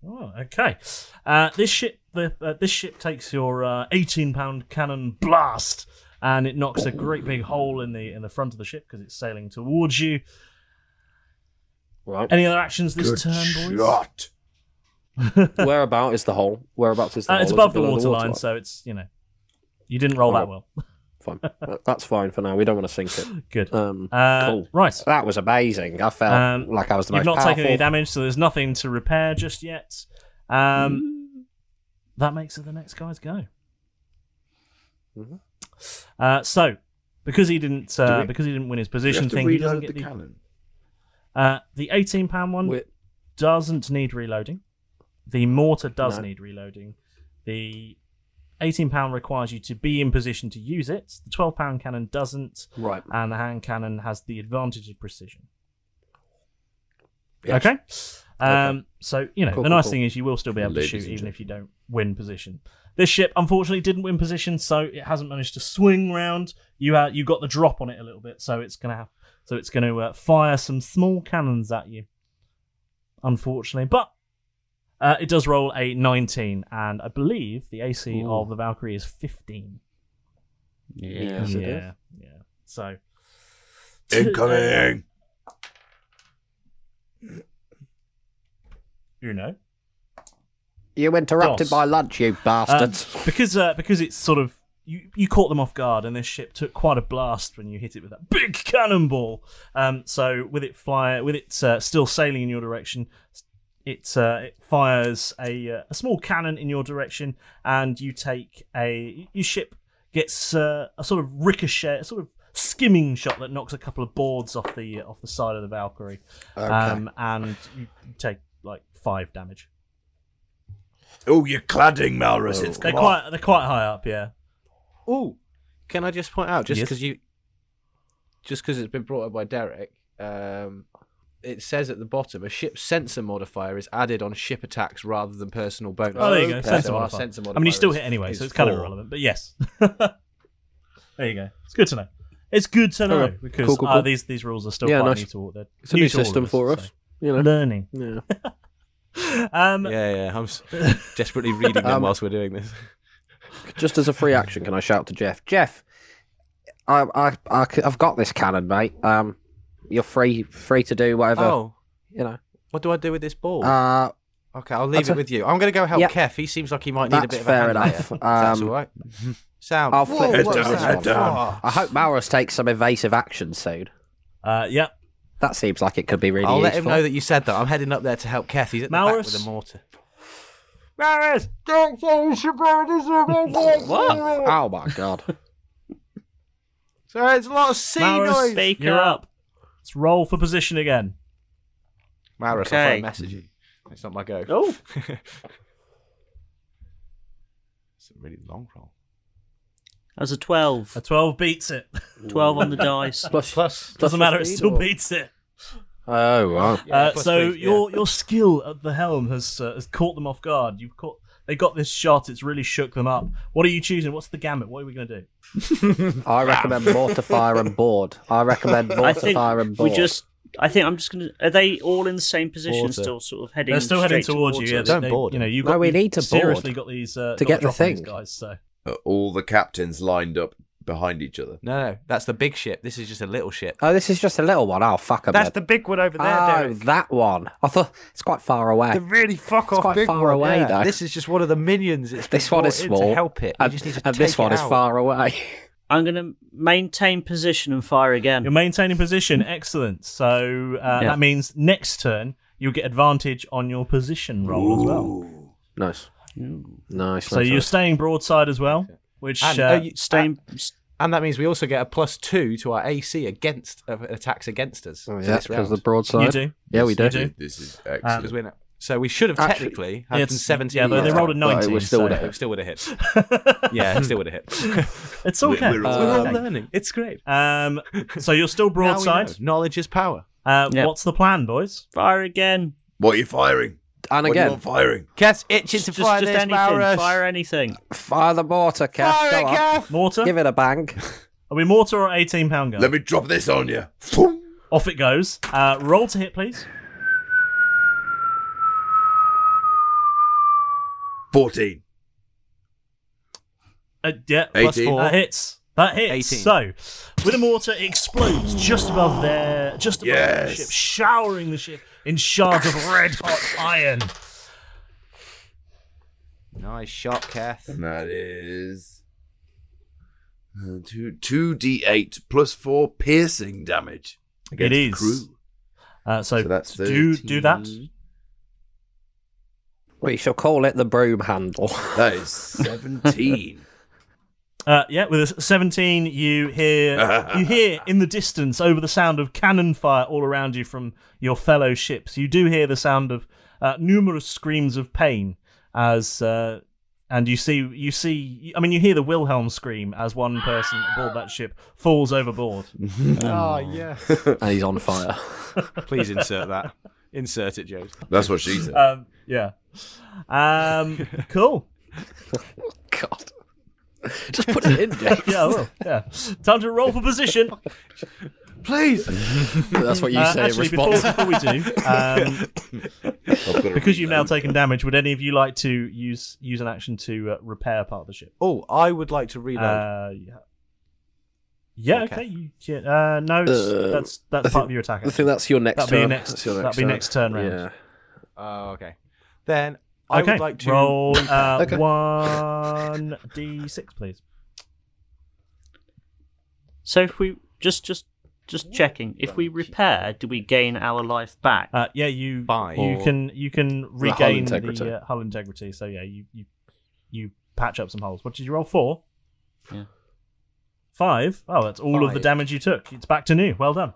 [SPEAKER 6] Oh, okay. Uh, this ship, the, uh, this ship takes your uh, 18 pound cannon blast, and it knocks a great big hole in the in the front of the ship because it's sailing towards you.
[SPEAKER 9] Right.
[SPEAKER 6] Any other actions this
[SPEAKER 9] Good
[SPEAKER 6] turn, boys?
[SPEAKER 9] shot. Whereabout is the hole? Whereabouts is the
[SPEAKER 6] Uh,
[SPEAKER 9] hole? Is
[SPEAKER 6] it's
[SPEAKER 9] it
[SPEAKER 6] above the
[SPEAKER 9] below Oh.
[SPEAKER 6] waterline, so it's you know, you didn't roll that well.
[SPEAKER 9] Fine. That- That's fine for now. We don't want to sink it.
[SPEAKER 6] Good.
[SPEAKER 9] Um,
[SPEAKER 6] Uh,
[SPEAKER 9] cool.
[SPEAKER 6] Right.
[SPEAKER 9] That was amazing. I felt
[SPEAKER 6] Um,
[SPEAKER 9] like I was the
[SPEAKER 6] You've
[SPEAKER 9] most
[SPEAKER 6] not taken any
[SPEAKER 9] powerful.
[SPEAKER 6] damage, so there's nothing to repair just yet. Um, that makes it the next guy's go. Uh, so, because he didn't,
[SPEAKER 8] Do
[SPEAKER 6] uh,
[SPEAKER 8] we-
[SPEAKER 6] because he didn't win his
[SPEAKER 8] Do we have
[SPEAKER 6] position
[SPEAKER 8] to
[SPEAKER 6] thing, he
[SPEAKER 8] reload
[SPEAKER 6] doesn't
[SPEAKER 8] the
[SPEAKER 6] get the
[SPEAKER 8] cannon?
[SPEAKER 6] Uh, the 18 pound one
[SPEAKER 8] Wait.
[SPEAKER 6] doesn't need reloading. The mortar does
[SPEAKER 12] No.
[SPEAKER 6] need reloading. The 18 pound requires you to be in position to use it. The 12 pound cannon doesn't.
[SPEAKER 9] Right.
[SPEAKER 6] And the hand cannon has the advantage of precision.
[SPEAKER 12] Yes.
[SPEAKER 6] Okay. Um, So you know
[SPEAKER 12] Cool,
[SPEAKER 6] the
[SPEAKER 12] cool,
[SPEAKER 6] nice
[SPEAKER 12] cool.
[SPEAKER 6] thing is you will still be able
[SPEAKER 12] Ladies
[SPEAKER 6] to shoot
[SPEAKER 12] and
[SPEAKER 6] even if you don't win position. This ship unfortunately didn't win position, so it hasn't managed to swing round. You uh, you got the drop on it a little bit, so it's gonna have, so it's gonna uh, fire some small cannons at you. Unfortunately, but uh, it does roll a 19, and I believe the AC
[SPEAKER 12] Ooh.
[SPEAKER 6] of the Valkyrie is 15.
[SPEAKER 12] Yes,
[SPEAKER 6] yeah,
[SPEAKER 12] it is.
[SPEAKER 6] yeah. So
[SPEAKER 12] Incoming!
[SPEAKER 6] You know.
[SPEAKER 9] You interrupted
[SPEAKER 6] Dos.
[SPEAKER 9] my lunch, you bastards.
[SPEAKER 6] Um, because uh, because it's sort of you, you caught them off guard, and this ship took quite a blast when you hit it with that big cannonball. Um, so with it fly with it uh, still sailing in your direction, it uh, it fires a uh, a small cannon in your direction, and you take a your ship gets uh, a sort of ricochet, a sort of skimming shot that knocks a couple of boards off the uh, off the side of the Valkyrie,
[SPEAKER 12] Okay.
[SPEAKER 6] um, and you take like five damage.
[SPEAKER 12] Oh, you're cladding, Malrus. It's
[SPEAKER 6] they're
[SPEAKER 12] come off.
[SPEAKER 6] quite they're quite high up, yeah.
[SPEAKER 5] Ooh, can I just point out just
[SPEAKER 6] Yes.
[SPEAKER 5] because you, just because it's been brought up by Derek, um, it says at the bottom a ship's sensor modifier is added on ship attacks rather than personal bonus.
[SPEAKER 6] Oh, there you go.
[SPEAKER 5] Okay.
[SPEAKER 6] Sensor
[SPEAKER 5] So our
[SPEAKER 6] modifier.
[SPEAKER 5] sensor
[SPEAKER 6] I mean, you
[SPEAKER 5] modifier
[SPEAKER 6] still
[SPEAKER 5] is-
[SPEAKER 6] hit anyway, so
[SPEAKER 5] is
[SPEAKER 6] it's kind of
[SPEAKER 5] four.
[SPEAKER 6] irrelevant. But yes, there you go. It's good to know. It's good to know
[SPEAKER 9] Alright.
[SPEAKER 6] because
[SPEAKER 9] Cool, cool,
[SPEAKER 6] uh,
[SPEAKER 9] cool.
[SPEAKER 6] these these rules are still
[SPEAKER 9] Yeah,
[SPEAKER 6] quite
[SPEAKER 9] nice.
[SPEAKER 6] new to all. they're
[SPEAKER 9] It's a new
[SPEAKER 6] to all of
[SPEAKER 9] system for us,
[SPEAKER 6] so.
[SPEAKER 9] you know.
[SPEAKER 6] Learning.
[SPEAKER 9] Yeah.
[SPEAKER 6] um,
[SPEAKER 5] yeah, yeah. I'm s- desperately reading them
[SPEAKER 9] Um,
[SPEAKER 5] whilst we're doing this.
[SPEAKER 6] Uh,
[SPEAKER 9] Just as a free action, can I shout to Jeff? Jeff, I, I, I, have got this cannon, mate. Um, you're free, free to do whatever.
[SPEAKER 5] Oh,
[SPEAKER 9] you know.
[SPEAKER 5] What do I do with this ball?
[SPEAKER 9] Uh,
[SPEAKER 5] okay, I'll leave
[SPEAKER 9] that's
[SPEAKER 5] it
[SPEAKER 9] a-
[SPEAKER 5] with you. I'm going to go help
[SPEAKER 9] Yeah.
[SPEAKER 5] Kef. He seems like he might need a
[SPEAKER 9] That's
[SPEAKER 5] bit of a
[SPEAKER 9] fair
[SPEAKER 5] hand
[SPEAKER 9] enough.
[SPEAKER 5] later. If that's
[SPEAKER 9] Um,
[SPEAKER 5] all right. Sound.
[SPEAKER 9] I'll flip
[SPEAKER 5] Whoa,
[SPEAKER 9] it
[SPEAKER 5] what's
[SPEAKER 9] down,
[SPEAKER 5] that?
[SPEAKER 9] head down.
[SPEAKER 5] Oh.
[SPEAKER 9] I hope Maurus takes some evasive action soon.
[SPEAKER 6] Uh, yeah.
[SPEAKER 9] That seems like it could be really
[SPEAKER 5] I'll let him
[SPEAKER 9] useful.
[SPEAKER 5] know that you said that. I'm heading up there to help Keth. He's at the back with
[SPEAKER 9] Maurus?
[SPEAKER 5] a mortar.
[SPEAKER 9] Maris, don't say you should buy this What? Oh my god.
[SPEAKER 5] So it's a lot of sea
[SPEAKER 6] Maurus,
[SPEAKER 5] noise.
[SPEAKER 6] you're up. Let's roll for position again.
[SPEAKER 5] Maurus, I'll try and message you. It's not my go.
[SPEAKER 6] Oh.
[SPEAKER 5] It's a really long roll.
[SPEAKER 3] As a 12.
[SPEAKER 6] A 12 beats it.
[SPEAKER 3] 12 on the dice.
[SPEAKER 9] Plus- plus-
[SPEAKER 6] Doesn't matter. It still
[SPEAKER 3] beats.
[SPEAKER 6] beats it.
[SPEAKER 9] Oh wow.
[SPEAKER 6] uh, so your your skill at the helm has uh, has caught them off guard. You've caught they got this shot. It's really shook them up. What are you choosing? What's the gamut? What are we going to do?
[SPEAKER 9] I recommend mortifier and board. I recommend
[SPEAKER 3] I think
[SPEAKER 9] mortifier and board.
[SPEAKER 3] we just. I think I'm just gonna. Are they all in the same position,
[SPEAKER 9] Water.
[SPEAKER 3] still sort of heading?
[SPEAKER 6] They're still heading
[SPEAKER 3] straight
[SPEAKER 6] towards you, yeah, they- Don't they- board you know, them. you've got-
[SPEAKER 9] no, we
[SPEAKER 6] you've
[SPEAKER 9] need to board
[SPEAKER 6] seriously got these, uh,
[SPEAKER 9] to get
[SPEAKER 6] got the
[SPEAKER 9] the
[SPEAKER 6] drop on these
[SPEAKER 9] thing.
[SPEAKER 6] guys, so.
[SPEAKER 8] Are Uh, all the captains lined up behind each other.
[SPEAKER 5] No, no, that's the big ship. This is just a little ship.
[SPEAKER 9] Oh, this is just a little one. Oh, fuck a
[SPEAKER 5] That's
[SPEAKER 9] bit.
[SPEAKER 5] the big one over there,
[SPEAKER 9] Oh,
[SPEAKER 5] Derek.
[SPEAKER 9] that one. I thought it's quite far away.
[SPEAKER 5] The really fuck
[SPEAKER 9] It's
[SPEAKER 5] off
[SPEAKER 9] quite
[SPEAKER 5] big
[SPEAKER 9] far
[SPEAKER 5] one,
[SPEAKER 9] away,
[SPEAKER 5] yeah.
[SPEAKER 9] though.
[SPEAKER 5] This is just one of the minions. It's been
[SPEAKER 9] this one
[SPEAKER 5] brought
[SPEAKER 9] is
[SPEAKER 5] in
[SPEAKER 9] small.
[SPEAKER 5] To help it. We
[SPEAKER 9] and
[SPEAKER 5] just need to
[SPEAKER 9] and this
[SPEAKER 5] take it
[SPEAKER 9] one is
[SPEAKER 5] out.
[SPEAKER 9] far away.
[SPEAKER 3] I'm going to maintain position and fire again.
[SPEAKER 6] You're maintaining position. Excellent. So uh,
[SPEAKER 3] Yeah.
[SPEAKER 6] that means next turn you'll get advantage on your position roll as well.
[SPEAKER 9] Nice. Nice.
[SPEAKER 6] So you're staying broadside as well, which
[SPEAKER 5] And,
[SPEAKER 6] uh,
[SPEAKER 5] oh, you- uh, and that means we also get a plus two to our AC against uh, attacks against us.
[SPEAKER 9] Oh,
[SPEAKER 5] for
[SPEAKER 9] yeah,
[SPEAKER 5] this
[SPEAKER 9] 'cause
[SPEAKER 5] round.
[SPEAKER 9] the broadside. You do. Yeah, we You do. do.
[SPEAKER 8] This is
[SPEAKER 5] Um, 'cause we're not- so we should have
[SPEAKER 9] Actually-
[SPEAKER 5] technically
[SPEAKER 6] Yeah,
[SPEAKER 5] had
[SPEAKER 6] it's-
[SPEAKER 5] seventeen.
[SPEAKER 6] yeah, they- they rolled a
[SPEAKER 5] But it
[SPEAKER 6] 19,
[SPEAKER 5] was still
[SPEAKER 6] so-
[SPEAKER 5] would have- it still would have hit. yeah, it still would have hit.
[SPEAKER 6] It's okay.
[SPEAKER 5] We're, all,
[SPEAKER 6] It's okay.
[SPEAKER 5] learning. It's great.
[SPEAKER 6] Um, so you're still broadside.
[SPEAKER 5] Knowledge is power.
[SPEAKER 6] Uh,
[SPEAKER 5] Yeah.
[SPEAKER 6] What's the plan, boys?
[SPEAKER 3] Fire again.
[SPEAKER 8] What are you firing?
[SPEAKER 9] And
[SPEAKER 8] What do you
[SPEAKER 9] again,
[SPEAKER 8] want firing?
[SPEAKER 11] Cat's itching
[SPEAKER 3] Just, just, just anything. Fire anything.
[SPEAKER 9] Fire the mortar, Kev.
[SPEAKER 3] Fire
[SPEAKER 9] Go
[SPEAKER 3] it,
[SPEAKER 9] on.
[SPEAKER 3] Kev.
[SPEAKER 6] Mortar.
[SPEAKER 9] Give it a bang.
[SPEAKER 6] Are we mortar or 18 pound gun?
[SPEAKER 8] Let me drop this on you.
[SPEAKER 6] Off it goes. Uh, roll to hit, please.
[SPEAKER 8] 14.
[SPEAKER 6] Uh, yeah,
[SPEAKER 8] 18.
[SPEAKER 6] That hits. That hits.
[SPEAKER 8] 18.
[SPEAKER 6] So, with a mortar, it explodes just above their, just above
[SPEAKER 8] Yes.
[SPEAKER 6] the ship, showering the ship in shards of red hot iron.
[SPEAKER 5] Nice shot, Kath.
[SPEAKER 8] And that is. uh, Two two d eight plus four piercing damage. Against
[SPEAKER 6] it
[SPEAKER 8] the
[SPEAKER 6] is.
[SPEAKER 8] crew.
[SPEAKER 6] Uh, so,
[SPEAKER 8] So that's
[SPEAKER 6] do do that.
[SPEAKER 9] We shall call it the broom handle.
[SPEAKER 8] That is 17.
[SPEAKER 6] Uh, yeah, with a s- 17, you hear you hear in the distance over the sound of cannon fire all around you from your fellow ships. You do hear the sound of uh, numerous screams of pain as uh, and you see you see I mean you hear the Wilhelm scream as one person aboard that ship falls overboard.
[SPEAKER 5] Oh
[SPEAKER 9] Ah,
[SPEAKER 5] yeah.
[SPEAKER 9] and he's on fire.
[SPEAKER 5] Please insert that. Insert it, Joe.
[SPEAKER 8] That's what she said.
[SPEAKER 6] Um, yeah. Um, cool.
[SPEAKER 9] God. Just put it in, James.
[SPEAKER 6] Yeah, I will. Yeah. Time to roll for position.
[SPEAKER 5] Please.
[SPEAKER 9] That's what you
[SPEAKER 6] Uh,
[SPEAKER 9] say
[SPEAKER 6] actually,
[SPEAKER 9] in response.
[SPEAKER 6] Before, before we do, um,
[SPEAKER 8] I've got
[SPEAKER 6] because you've now taken damage, would any of you like to use use an action to uh, repair part of the ship?
[SPEAKER 5] Oh, I would like to reload.
[SPEAKER 6] Uh, yeah. Yeah.
[SPEAKER 5] Okay.
[SPEAKER 6] Okay. you can- uh, no, it's,
[SPEAKER 9] Uh,
[SPEAKER 6] that's
[SPEAKER 9] I
[SPEAKER 6] that's
[SPEAKER 9] think-
[SPEAKER 6] part of your attack.
[SPEAKER 9] I
[SPEAKER 6] action.
[SPEAKER 9] think that's your next
[SPEAKER 6] That'll be
[SPEAKER 9] turn.
[SPEAKER 6] next-
[SPEAKER 9] That's your
[SPEAKER 6] that'll be
[SPEAKER 9] turn.
[SPEAKER 6] next turn round.
[SPEAKER 9] Yeah.
[SPEAKER 5] oh, okay. Then I
[SPEAKER 6] Okay.
[SPEAKER 5] would like to
[SPEAKER 6] roll uh,
[SPEAKER 9] Okay.
[SPEAKER 6] one d six, please.
[SPEAKER 3] So if we just just just checking, if we repair, do we gain our life back?
[SPEAKER 6] Uh, yeah, you
[SPEAKER 5] Fine.
[SPEAKER 6] you
[SPEAKER 5] Or-
[SPEAKER 6] can you can regain the,
[SPEAKER 9] integrity.
[SPEAKER 6] uh, hull integrity. So yeah, you you you patch up some holes. What did you roll? Four. uh,
[SPEAKER 3] Yeah.
[SPEAKER 6] Five. Oh, that's all of the
[SPEAKER 5] Five.
[SPEAKER 6] damage you took. It's back to new. Well done.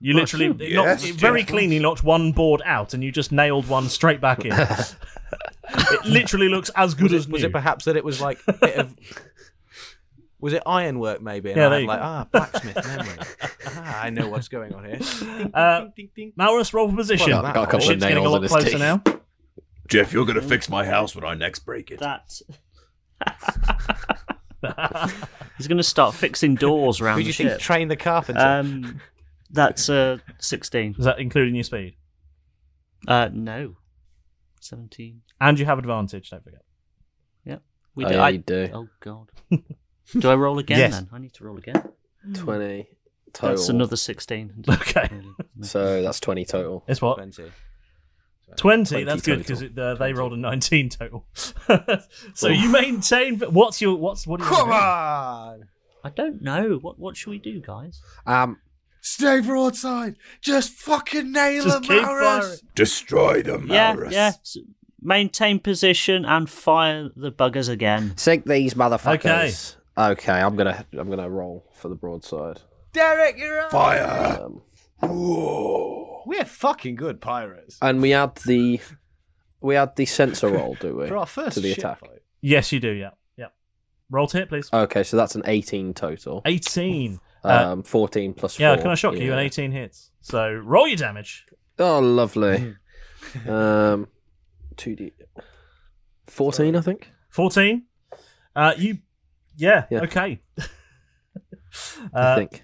[SPEAKER 6] You literally it knocked,
[SPEAKER 8] Yes,
[SPEAKER 6] it very
[SPEAKER 8] yes.
[SPEAKER 6] cleanly knocked one board out, and you just nailed one straight back in. it literally looks as good
[SPEAKER 5] was,
[SPEAKER 6] as
[SPEAKER 5] it,
[SPEAKER 6] new.
[SPEAKER 5] was it perhaps that it was like a bit of was it ironwork maybe? And
[SPEAKER 6] Yeah,
[SPEAKER 5] I
[SPEAKER 6] there
[SPEAKER 5] had
[SPEAKER 6] you
[SPEAKER 5] like
[SPEAKER 6] go.
[SPEAKER 5] ah blacksmith memory. ah, I know what's going on here.
[SPEAKER 6] uh, Malrus, roll for position.
[SPEAKER 5] Well, I've got
[SPEAKER 6] The
[SPEAKER 5] a couple of
[SPEAKER 6] ship's getting a
[SPEAKER 9] nails in
[SPEAKER 6] lot
[SPEAKER 9] his
[SPEAKER 6] closer
[SPEAKER 9] teeth.
[SPEAKER 6] now.
[SPEAKER 8] Jeff, you're going to fix my house when I next break it.
[SPEAKER 3] that. He's going to start fixing doors around
[SPEAKER 5] Who do
[SPEAKER 3] the
[SPEAKER 5] you think
[SPEAKER 3] ship.
[SPEAKER 5] trained the carpenter?
[SPEAKER 3] um, that's uh, sixteen.
[SPEAKER 6] Is that including your speed?
[SPEAKER 3] Uh, no, seventeen.
[SPEAKER 6] And you have advantage. Don't forget.
[SPEAKER 3] Yeah, we
[SPEAKER 9] Oh,
[SPEAKER 3] do.
[SPEAKER 9] yeah,
[SPEAKER 3] I,
[SPEAKER 9] you do.
[SPEAKER 3] Oh god. do I roll again?
[SPEAKER 5] Yes.
[SPEAKER 3] Then I need to roll again.
[SPEAKER 6] Hmm.
[SPEAKER 9] 20 total.
[SPEAKER 3] That's another sixteen.
[SPEAKER 6] Okay.
[SPEAKER 9] So that's 20 total.
[SPEAKER 6] It's what?
[SPEAKER 5] Twenty.
[SPEAKER 6] 20,
[SPEAKER 9] 20
[SPEAKER 6] that's good
[SPEAKER 9] total.
[SPEAKER 6] because uh, they rolled a 19 total so you maintain what's your what's what do you
[SPEAKER 5] Come
[SPEAKER 6] wanna
[SPEAKER 5] on!
[SPEAKER 3] I don't know. What What should we do, guys?
[SPEAKER 9] Um,
[SPEAKER 5] Stay broadside! Just fucking nail
[SPEAKER 6] do? just keep firing
[SPEAKER 8] Destroy them,
[SPEAKER 3] Yeah,
[SPEAKER 8] Malrus.
[SPEAKER 3] yeah. s- Maintain position and fire the buggers again.
[SPEAKER 9] sink these motherfuckers. Okay. Okay, I'm gonna I'm gonna roll for the broadside.
[SPEAKER 5] Derek, you're up!
[SPEAKER 8] Fire.
[SPEAKER 9] Um,
[SPEAKER 8] Whoa.
[SPEAKER 5] We're fucking good pirates.
[SPEAKER 9] and we add the we add the sensor roll, do we?
[SPEAKER 5] For our first
[SPEAKER 9] to the
[SPEAKER 5] ship
[SPEAKER 9] attack.
[SPEAKER 5] fight.
[SPEAKER 6] yes you do yeah yeah roll to hit please
[SPEAKER 9] Okay, so that's an 18 total.
[SPEAKER 6] 18 uh,
[SPEAKER 9] Um, 14 plus
[SPEAKER 6] yeah
[SPEAKER 9] 4.
[SPEAKER 6] can i shock you
[SPEAKER 9] yeah.
[SPEAKER 6] an 18 hits so roll your damage
[SPEAKER 9] Oh, lovely. um, 2D. 14, I think.
[SPEAKER 6] 14 uh you yeah,
[SPEAKER 9] Yeah.
[SPEAKER 6] okay
[SPEAKER 9] I
[SPEAKER 6] uh,
[SPEAKER 9] think.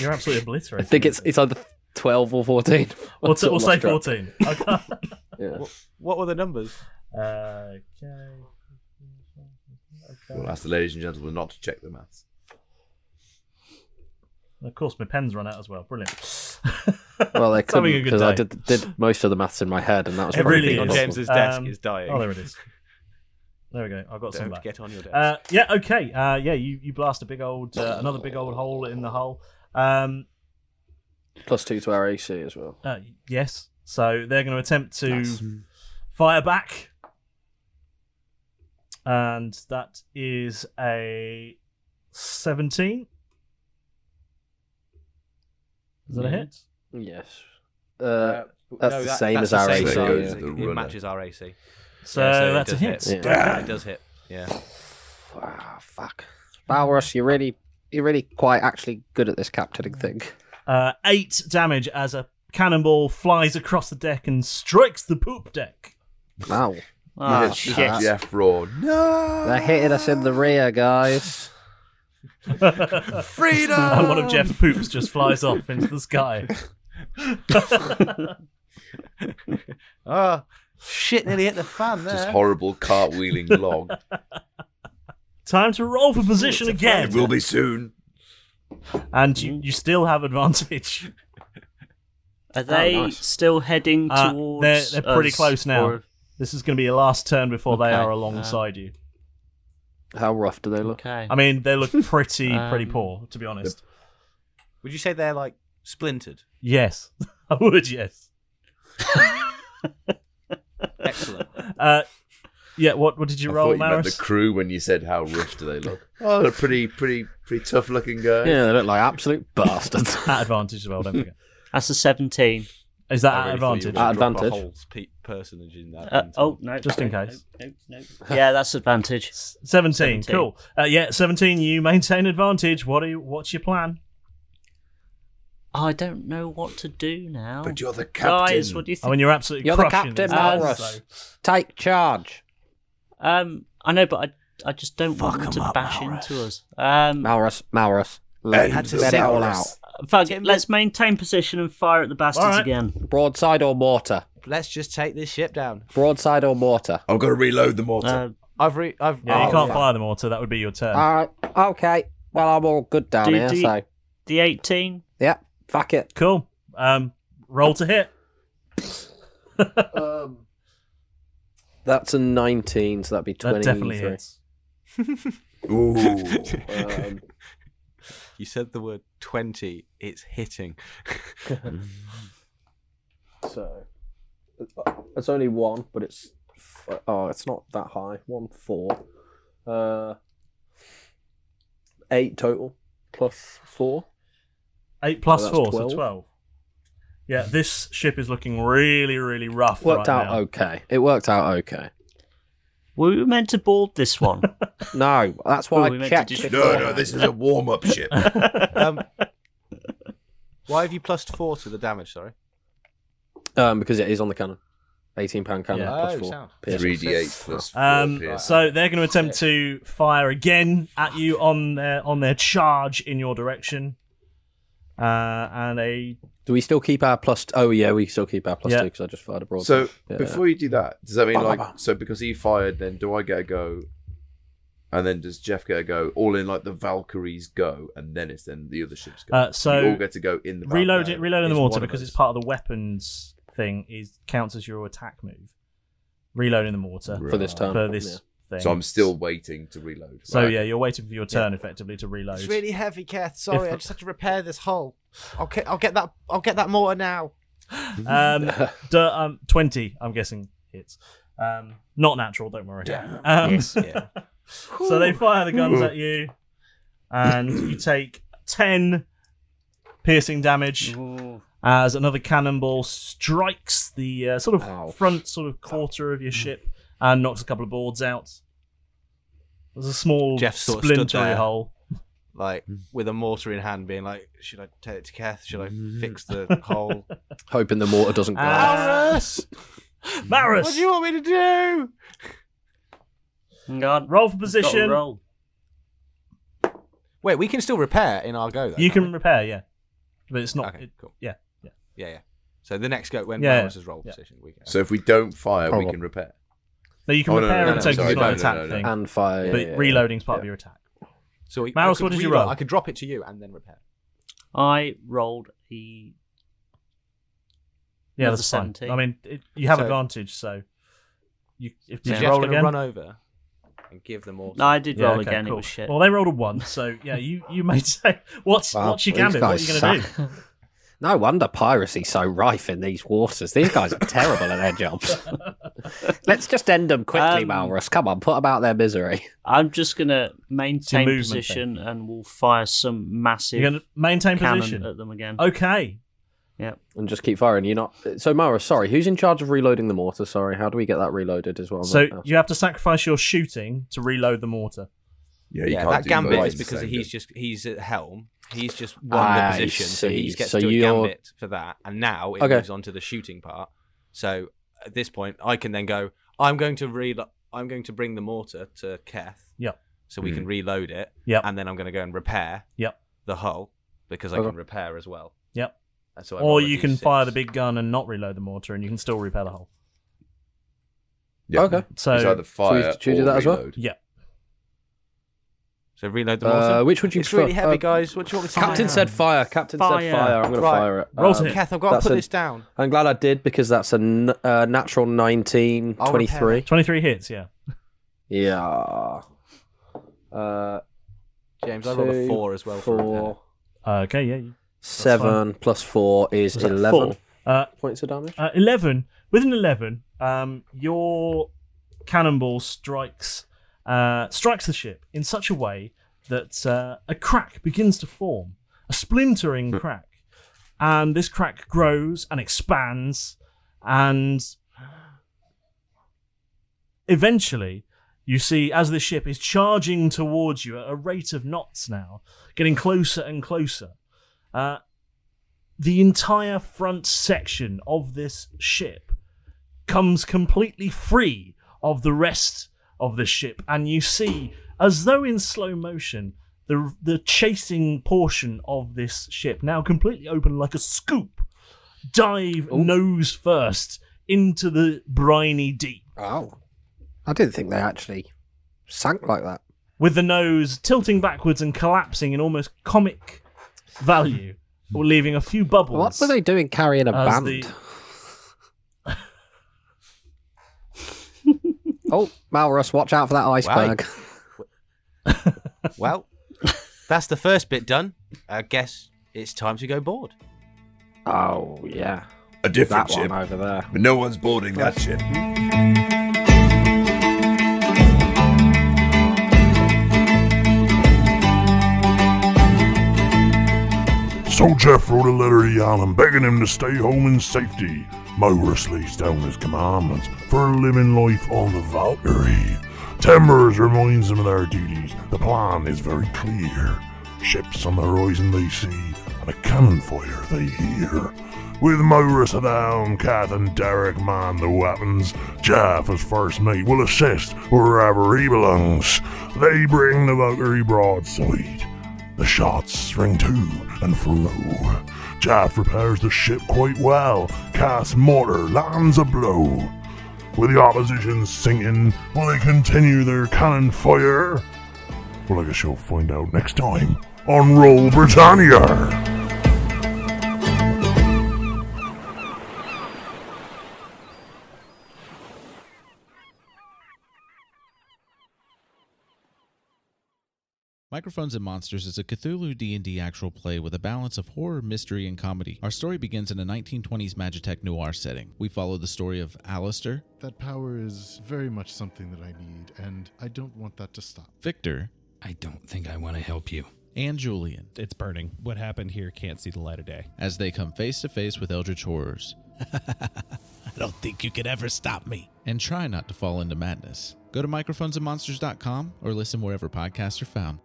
[SPEAKER 6] you're absolutely
[SPEAKER 9] I
[SPEAKER 6] obliterated
[SPEAKER 9] think it's it's either 12 or 14.
[SPEAKER 6] we'll,
[SPEAKER 9] I've
[SPEAKER 6] t-
[SPEAKER 9] sort
[SPEAKER 6] we'll
[SPEAKER 9] of
[SPEAKER 6] say
[SPEAKER 9] lost track.
[SPEAKER 6] 14 okay
[SPEAKER 9] Yeah.
[SPEAKER 5] What were the numbers?
[SPEAKER 6] okay
[SPEAKER 8] We'll ask the ladies and gentlemen not to check the maths.
[SPEAKER 6] of course my pen's run out as well brilliant
[SPEAKER 9] Well, they
[SPEAKER 6] It's having a
[SPEAKER 9] couldn't
[SPEAKER 6] good
[SPEAKER 9] because I
[SPEAKER 6] day.
[SPEAKER 9] did, did most of the maths in my head, and that was
[SPEAKER 6] It
[SPEAKER 9] probably
[SPEAKER 6] really
[SPEAKER 9] the
[SPEAKER 6] is.
[SPEAKER 5] on
[SPEAKER 9] problem.
[SPEAKER 5] James's desk
[SPEAKER 6] Um,
[SPEAKER 5] is dying.
[SPEAKER 6] Oh, there it is. There we go. I've got some
[SPEAKER 5] Don't
[SPEAKER 6] back.
[SPEAKER 5] get on your desk.
[SPEAKER 6] Uh, yeah. Okay. Uh, yeah. You, you blast a big old uh, another big old hole in the hull. Um,
[SPEAKER 9] Plus two to our AC as well.
[SPEAKER 6] uh, yes. So they're going to attempt to fire back, and that is a seventeen. Is that a hit?
[SPEAKER 9] Yes. Uh,
[SPEAKER 5] Uh,
[SPEAKER 9] that's
[SPEAKER 5] no,
[SPEAKER 9] the
[SPEAKER 5] that-
[SPEAKER 9] same
[SPEAKER 5] that's
[SPEAKER 9] as
[SPEAKER 5] the
[SPEAKER 9] our
[SPEAKER 5] same
[SPEAKER 9] AC.
[SPEAKER 5] as ours.
[SPEAKER 9] yeah.
[SPEAKER 5] It
[SPEAKER 8] runner.
[SPEAKER 5] matches our AC.
[SPEAKER 6] So
[SPEAKER 5] Yeah, it
[SPEAKER 6] that's a
[SPEAKER 5] does
[SPEAKER 6] hit.
[SPEAKER 5] Yeah, It does hit. Yeah.
[SPEAKER 9] Ah, fuck. Balrus, you're really, you're really quite actually good at this captaining thing.
[SPEAKER 6] Uh, eight damage as a cannonball flies across the deck and strikes the poop deck.
[SPEAKER 9] Wow.
[SPEAKER 6] Ah,
[SPEAKER 9] Yeah,
[SPEAKER 6] shit.
[SPEAKER 9] that's-
[SPEAKER 8] Jeff Raw.
[SPEAKER 9] They're hitting us in the rear, guys.
[SPEAKER 6] Freedom! And one of Jeff's poops just flies off into the sky.
[SPEAKER 5] Oh, shit nearly hit the fan there.
[SPEAKER 8] Just horrible cartwheeling log.
[SPEAKER 6] Time to roll for position again.
[SPEAKER 8] It will be soon.
[SPEAKER 6] And you, you still have advantage.
[SPEAKER 3] Are they
[SPEAKER 9] Oh,
[SPEAKER 8] Oh,
[SPEAKER 3] still heading
[SPEAKER 6] Uh,
[SPEAKER 3] towards?
[SPEAKER 6] they're, they're pretty
[SPEAKER 3] us,
[SPEAKER 6] close now.
[SPEAKER 3] or-
[SPEAKER 6] This is going to be your last turn before they
[SPEAKER 3] Okay,
[SPEAKER 6] are
[SPEAKER 3] uh,
[SPEAKER 6] alongside you.
[SPEAKER 9] How rough do they look?
[SPEAKER 3] Okay.
[SPEAKER 6] I mean, they look pretty, pretty
[SPEAKER 3] Um,
[SPEAKER 6] poor, to be honest.
[SPEAKER 5] Would you say they're like splintered?
[SPEAKER 6] Yes, I would. Yes.
[SPEAKER 5] Excellent.
[SPEAKER 6] Uh, yeah. What? What did you
[SPEAKER 8] I
[SPEAKER 6] roll,
[SPEAKER 8] thought you meant the
[SPEAKER 6] Maris?
[SPEAKER 8] crew when you said how rough do they look. Oh, they're pretty, pretty, pretty tough looking guys.
[SPEAKER 9] Yeah, they look like absolute bastards.
[SPEAKER 6] At advantage as well. Don't forget.
[SPEAKER 3] That's a seventeen.
[SPEAKER 6] Is that at
[SPEAKER 5] I really thought you were
[SPEAKER 6] advantage?
[SPEAKER 5] gonna
[SPEAKER 9] At
[SPEAKER 5] drop
[SPEAKER 9] advantage.
[SPEAKER 5] A whole pe- personage in that.
[SPEAKER 3] Uh,
[SPEAKER 5] into-
[SPEAKER 3] oh no!
[SPEAKER 6] Just in
[SPEAKER 3] no,
[SPEAKER 6] case.
[SPEAKER 3] No, no, no. yeah, that's advantage.
[SPEAKER 6] 17,
[SPEAKER 3] 17.
[SPEAKER 6] cool uh, yeah 17 you maintain advantage what are you, what's your plan
[SPEAKER 3] I don't know what to do now.
[SPEAKER 8] But you're the
[SPEAKER 3] Guys,
[SPEAKER 8] captain.
[SPEAKER 3] what do you
[SPEAKER 6] i
[SPEAKER 3] think?
[SPEAKER 6] mean you're absolutely
[SPEAKER 9] You're the
[SPEAKER 6] crushing
[SPEAKER 9] captain,
[SPEAKER 6] this,
[SPEAKER 9] Malrus.
[SPEAKER 6] so-
[SPEAKER 9] Take charge.
[SPEAKER 3] Um, I know, but I, I just don't want them to bash into us. Um,
[SPEAKER 9] Malrus, Malrus. Let,
[SPEAKER 8] End
[SPEAKER 9] let it all out.
[SPEAKER 8] Malrus.
[SPEAKER 3] fuck it, let's maintain position and fire at the bastards
[SPEAKER 6] Alright.
[SPEAKER 3] again.
[SPEAKER 9] Broadside or mortar?
[SPEAKER 5] Let's just take this ship down.
[SPEAKER 9] Broadside or mortar?
[SPEAKER 8] I've got to reload the mortar.
[SPEAKER 3] Uh,
[SPEAKER 5] I've re- I've
[SPEAKER 6] yeah you
[SPEAKER 5] oh,
[SPEAKER 6] can't
[SPEAKER 5] fuck.
[SPEAKER 6] fire them all so that would be your turn
[SPEAKER 4] Ah,
[SPEAKER 9] All right. Okay. Well, I'm all good down
[SPEAKER 3] Do-
[SPEAKER 9] here,
[SPEAKER 3] do-
[SPEAKER 9] so
[SPEAKER 3] the eighteen.
[SPEAKER 9] yeah. Fuck it.
[SPEAKER 6] cool um roll to hit
[SPEAKER 9] That's a 19, so that'd be 23.
[SPEAKER 6] that definitely hits
[SPEAKER 8] Ooh.
[SPEAKER 9] Um,
[SPEAKER 5] You said the word twenty. It's hitting.
[SPEAKER 9] so it's only one, but it's f- oh, it's not that high. One four, uh, eight total plus four.
[SPEAKER 6] 8 plus
[SPEAKER 9] So that's
[SPEAKER 6] 4
[SPEAKER 9] 12.
[SPEAKER 6] so 12 yeah this ship is looking really really rough
[SPEAKER 9] Worked
[SPEAKER 6] right
[SPEAKER 9] out
[SPEAKER 6] now.
[SPEAKER 9] okay. It worked out okay.
[SPEAKER 3] Were we meant to board this one?
[SPEAKER 9] No, that's why
[SPEAKER 3] Oh, we
[SPEAKER 9] I
[SPEAKER 3] meant to
[SPEAKER 9] checked.
[SPEAKER 3] do-
[SPEAKER 9] before.
[SPEAKER 8] no, no, this is a warm up ship.
[SPEAKER 5] Um, why have you plus four to the damage? Sorry.
[SPEAKER 9] Um, because it is on the cannon. 18 pound cannon
[SPEAKER 6] Yeah.
[SPEAKER 9] plus
[SPEAKER 5] Oh,
[SPEAKER 9] four.
[SPEAKER 5] sound.
[SPEAKER 9] piercing.
[SPEAKER 8] 3d8 plus four
[SPEAKER 6] um,
[SPEAKER 8] piercing.
[SPEAKER 6] so they're going to attempt to fire again at you on their on their charge in your direction, uh, and a
[SPEAKER 9] Do we still keep our plus? oh yeah, we still keep our plus
[SPEAKER 6] Yeah.
[SPEAKER 9] two because I just fired a broad.
[SPEAKER 8] So
[SPEAKER 9] Yeah.
[SPEAKER 8] before you do that, does that mean
[SPEAKER 9] Bah, bah,
[SPEAKER 8] like
[SPEAKER 9] bah.
[SPEAKER 8] so because he fired, then do I get a go? And then does Jeff get a go? All in like the Valkyries go, and then it's then the other ships go.
[SPEAKER 6] Uh, so
[SPEAKER 8] you all get to go in the
[SPEAKER 6] reload
[SPEAKER 8] battle.
[SPEAKER 6] it, reload in the
[SPEAKER 8] It's
[SPEAKER 6] mortar
[SPEAKER 8] one of
[SPEAKER 6] because
[SPEAKER 8] us.
[SPEAKER 6] it's part of the weapons thing. Is counts as your attack move. Reload in the mortar
[SPEAKER 9] for this time,
[SPEAKER 6] for this thing.
[SPEAKER 8] So I'm still waiting to reload.
[SPEAKER 6] So
[SPEAKER 8] Right.
[SPEAKER 6] yeah, you're waiting for your turn effectively to reload.
[SPEAKER 11] It's really heavy, Kath. Sorry,
[SPEAKER 6] If-
[SPEAKER 11] I just have to repair this hole. I'll get, I'll get that. I'll get that mortar now.
[SPEAKER 6] Um, du- um, twenty, I'm guessing hits. Um, not natural. Don't worry. Um,
[SPEAKER 5] Yeah.
[SPEAKER 6] so they fire the guns at you, and you take ten piercing damage. as another cannonball strikes the uh, sort of
[SPEAKER 9] Ow.
[SPEAKER 6] front sort of quarter of your ship and knocks a couple of boards out. There's a small
[SPEAKER 5] Jeff sort of stood
[SPEAKER 6] splintery
[SPEAKER 5] there.
[SPEAKER 6] hole.
[SPEAKER 5] Like with a mortar in hand, being like, should I take it to Kath? Should I
[SPEAKER 8] Mm.
[SPEAKER 5] fix the hole?
[SPEAKER 9] hoping the mortar doesn't go.
[SPEAKER 6] Ah.
[SPEAKER 5] Maris,
[SPEAKER 6] Maris,
[SPEAKER 5] what do you want me to do?
[SPEAKER 3] God,
[SPEAKER 6] roll for
[SPEAKER 3] got to
[SPEAKER 6] position.
[SPEAKER 3] roll.
[SPEAKER 5] Wait, we can still repair in our go. Though,
[SPEAKER 6] You
[SPEAKER 5] can't
[SPEAKER 6] can repair, yeah, but it's
[SPEAKER 5] we?
[SPEAKER 6] not.
[SPEAKER 5] Okay,
[SPEAKER 6] it-
[SPEAKER 5] cool.
[SPEAKER 6] yeah, yeah.
[SPEAKER 5] Yeah, yeah. So the next go when
[SPEAKER 6] Yeah,
[SPEAKER 5] Maris' roll
[SPEAKER 6] yeah.
[SPEAKER 5] position, we can.
[SPEAKER 8] So if we don't fire,
[SPEAKER 9] Hold
[SPEAKER 8] we
[SPEAKER 9] on.
[SPEAKER 8] can repair.
[SPEAKER 6] No, you can
[SPEAKER 8] Oh, no, no,
[SPEAKER 6] repair
[SPEAKER 8] no,
[SPEAKER 6] and
[SPEAKER 8] no,
[SPEAKER 6] take
[SPEAKER 8] sorry,
[SPEAKER 6] it's not
[SPEAKER 8] no,
[SPEAKER 6] an
[SPEAKER 8] no,
[SPEAKER 6] attack
[SPEAKER 8] no, no.
[SPEAKER 6] thing,
[SPEAKER 9] and fire.
[SPEAKER 6] but
[SPEAKER 9] yeah, yeah,
[SPEAKER 6] reloading's part of your attack.
[SPEAKER 5] So we,
[SPEAKER 6] Maris,
[SPEAKER 5] I could
[SPEAKER 6] what did you
[SPEAKER 5] reload-
[SPEAKER 6] roll?
[SPEAKER 5] I could drop it to you and then repair.
[SPEAKER 3] I rolled a
[SPEAKER 6] Yeah,
[SPEAKER 3] Another
[SPEAKER 6] that's fine.
[SPEAKER 3] 17.
[SPEAKER 6] I mean, it, you have
[SPEAKER 5] So-
[SPEAKER 6] advantage, so you if
[SPEAKER 5] So
[SPEAKER 6] did you
[SPEAKER 5] Jeff's
[SPEAKER 6] roll
[SPEAKER 5] gonna
[SPEAKER 6] again?
[SPEAKER 5] run over and give them all.
[SPEAKER 3] No, I did roll
[SPEAKER 6] okay,
[SPEAKER 3] again. It
[SPEAKER 6] cool.
[SPEAKER 3] was shit.
[SPEAKER 6] Well, they rolled a one, so yeah, you you may say what's
[SPEAKER 4] Wow,
[SPEAKER 6] what's your
[SPEAKER 4] these
[SPEAKER 6] gambit? What are
[SPEAKER 4] guys
[SPEAKER 6] you going to
[SPEAKER 4] suck.
[SPEAKER 6] do?
[SPEAKER 4] No wonder piracy's so rife in these waters. These guys are terrible at their jobs. Let's just end them quickly,
[SPEAKER 3] Um,
[SPEAKER 4] Malrus. Come on, put about their misery.
[SPEAKER 3] I'm just gonna maintain
[SPEAKER 4] movement
[SPEAKER 3] position, and we'll fire some massive.
[SPEAKER 4] You're gonna
[SPEAKER 6] maintain
[SPEAKER 3] cannon
[SPEAKER 6] position?
[SPEAKER 3] at them again.
[SPEAKER 6] Okay.
[SPEAKER 3] Yeah.
[SPEAKER 9] And just keep firing. You're not. So, Mara, sorry, who's in charge of reloading the mortar? Sorry, how do we get that reloaded as well?
[SPEAKER 6] So you have to sacrifice your shooting to reload the mortar.
[SPEAKER 5] that gambit is because he's just he's at helm. He's just won
[SPEAKER 9] I
[SPEAKER 5] the position, so
[SPEAKER 9] Ah, see.
[SPEAKER 5] he gets
[SPEAKER 9] So
[SPEAKER 5] to do a
[SPEAKER 9] you're-
[SPEAKER 5] gambit for that, and now it
[SPEAKER 9] Okay.
[SPEAKER 5] moves on to the shooting part. So at this point, I can then go. I'm going to re- I'm going to bring the mortar to Keth.
[SPEAKER 6] Yep.
[SPEAKER 5] So we can
[SPEAKER 6] Mhm.
[SPEAKER 5] reload it.
[SPEAKER 6] Yep.
[SPEAKER 5] And then I'm going to go and repair.
[SPEAKER 6] Yep.
[SPEAKER 5] The hull because I
[SPEAKER 6] Okay.
[SPEAKER 5] can repair as well.
[SPEAKER 6] Yep.
[SPEAKER 5] And so I roll
[SPEAKER 6] or
[SPEAKER 5] a
[SPEAKER 6] you can
[SPEAKER 5] D6.
[SPEAKER 6] fire the big gun and not reload the mortar, and you can still repair the hole.
[SPEAKER 8] Yeah.
[SPEAKER 9] Okay.
[SPEAKER 6] So-
[SPEAKER 8] it's either
[SPEAKER 9] Should we-
[SPEAKER 8] fire
[SPEAKER 9] should we do
[SPEAKER 8] or
[SPEAKER 9] that as well?
[SPEAKER 8] reload.
[SPEAKER 6] Yeah.
[SPEAKER 5] So reload the mortar.
[SPEAKER 9] Uh, which would you
[SPEAKER 5] It's
[SPEAKER 9] prefer?
[SPEAKER 5] really heavy,
[SPEAKER 9] Uh,
[SPEAKER 5] guys. What do you want me to
[SPEAKER 9] Captain
[SPEAKER 5] fire?
[SPEAKER 9] said fire. Captain
[SPEAKER 5] Fire.
[SPEAKER 9] said fire. I'm going
[SPEAKER 5] Right.
[SPEAKER 9] to fire it. Um,
[SPEAKER 5] Roll
[SPEAKER 4] Um,
[SPEAKER 5] to it. Kath, I've gotta
[SPEAKER 9] that's
[SPEAKER 5] put
[SPEAKER 9] a-
[SPEAKER 5] this down.
[SPEAKER 9] I'm glad I did because that's a n- uh, natural 19,
[SPEAKER 5] I'll repair
[SPEAKER 9] 23.
[SPEAKER 5] that.
[SPEAKER 6] 23 hits, yeah.
[SPEAKER 9] Yeah. Uh,
[SPEAKER 5] James, I rolled a
[SPEAKER 9] two,
[SPEAKER 5] four as well for
[SPEAKER 9] Four,
[SPEAKER 6] Uh, okay, yeah. you- that's fine.
[SPEAKER 9] seven plus four is
[SPEAKER 6] Was that
[SPEAKER 9] eleven.
[SPEAKER 6] four? Uh,
[SPEAKER 9] points of damage.
[SPEAKER 6] Uh, eleven. With an eleven, um, your cannonball strikes uh, strikes the ship in such a way that uh, a crack begins to form, a splintering crack, and this crack grows and expands, and eventually you see as the ship is charging towards you at a rate of knots now getting closer and closer uh, the entire front section of this ship comes completely free of the rest of the ship and you see as though in slow motion the the chasing portion of this ship now completely open like a scoop dive nose first into the briny deep
[SPEAKER 4] oh I didn't think they actually sank like that.
[SPEAKER 6] with the nose tilting backwards and collapsing in almost comic value, or leaving a few bubbles.
[SPEAKER 4] What were they doing carrying a
[SPEAKER 6] as
[SPEAKER 4] band?
[SPEAKER 6] the-
[SPEAKER 4] Oh, Malrus, watch out for that iceberg.
[SPEAKER 5] that. Well, that's the first bit done. I guess it's time to go board.
[SPEAKER 9] Oh yeah.
[SPEAKER 14] A different
[SPEAKER 9] That one
[SPEAKER 14] ship
[SPEAKER 9] over there.
[SPEAKER 14] But no one's boarding that ship.
[SPEAKER 15] So Jeff wrote a letter to Yalom begging him to stay home in safety. Morris lays down his commandments for living life on the Valkyrie. Timbers reminds him of their duties. The plan is very clear. Ships on the horizon they see, and a cannon fire they hear. With Morris at the helm, Kath and Derek man the weapons, Jeff as first mate will assist wherever he belongs. They bring the Valkyrie broadside. The shots ring to and fro. Jaff repairs the ship quite well, casts mortar, lands a blow. With the opposition sinking, will they continue their cannon fire? Well, I guess you'll find out next time on Roll Britannia.
[SPEAKER 16] Microphones and Monsters is a Cthulhu D&D actual play with a balance of horror, mystery, and comedy. Our story begins in a 1920s Magitech noir setting. We follow the story of Alistair,
[SPEAKER 17] That power is very much something that I need, and I don't want that to stop.
[SPEAKER 16] Victor,
[SPEAKER 18] I don't think I want to help you.
[SPEAKER 16] and Julian
[SPEAKER 19] It's burning. What happened here can't see the light of day.
[SPEAKER 16] as they come face to face with eldritch horrors
[SPEAKER 19] I don't think you could ever stop me.
[SPEAKER 16] and try not to fall into madness. Go to microphonesandmonsters.com or listen wherever podcasts are found.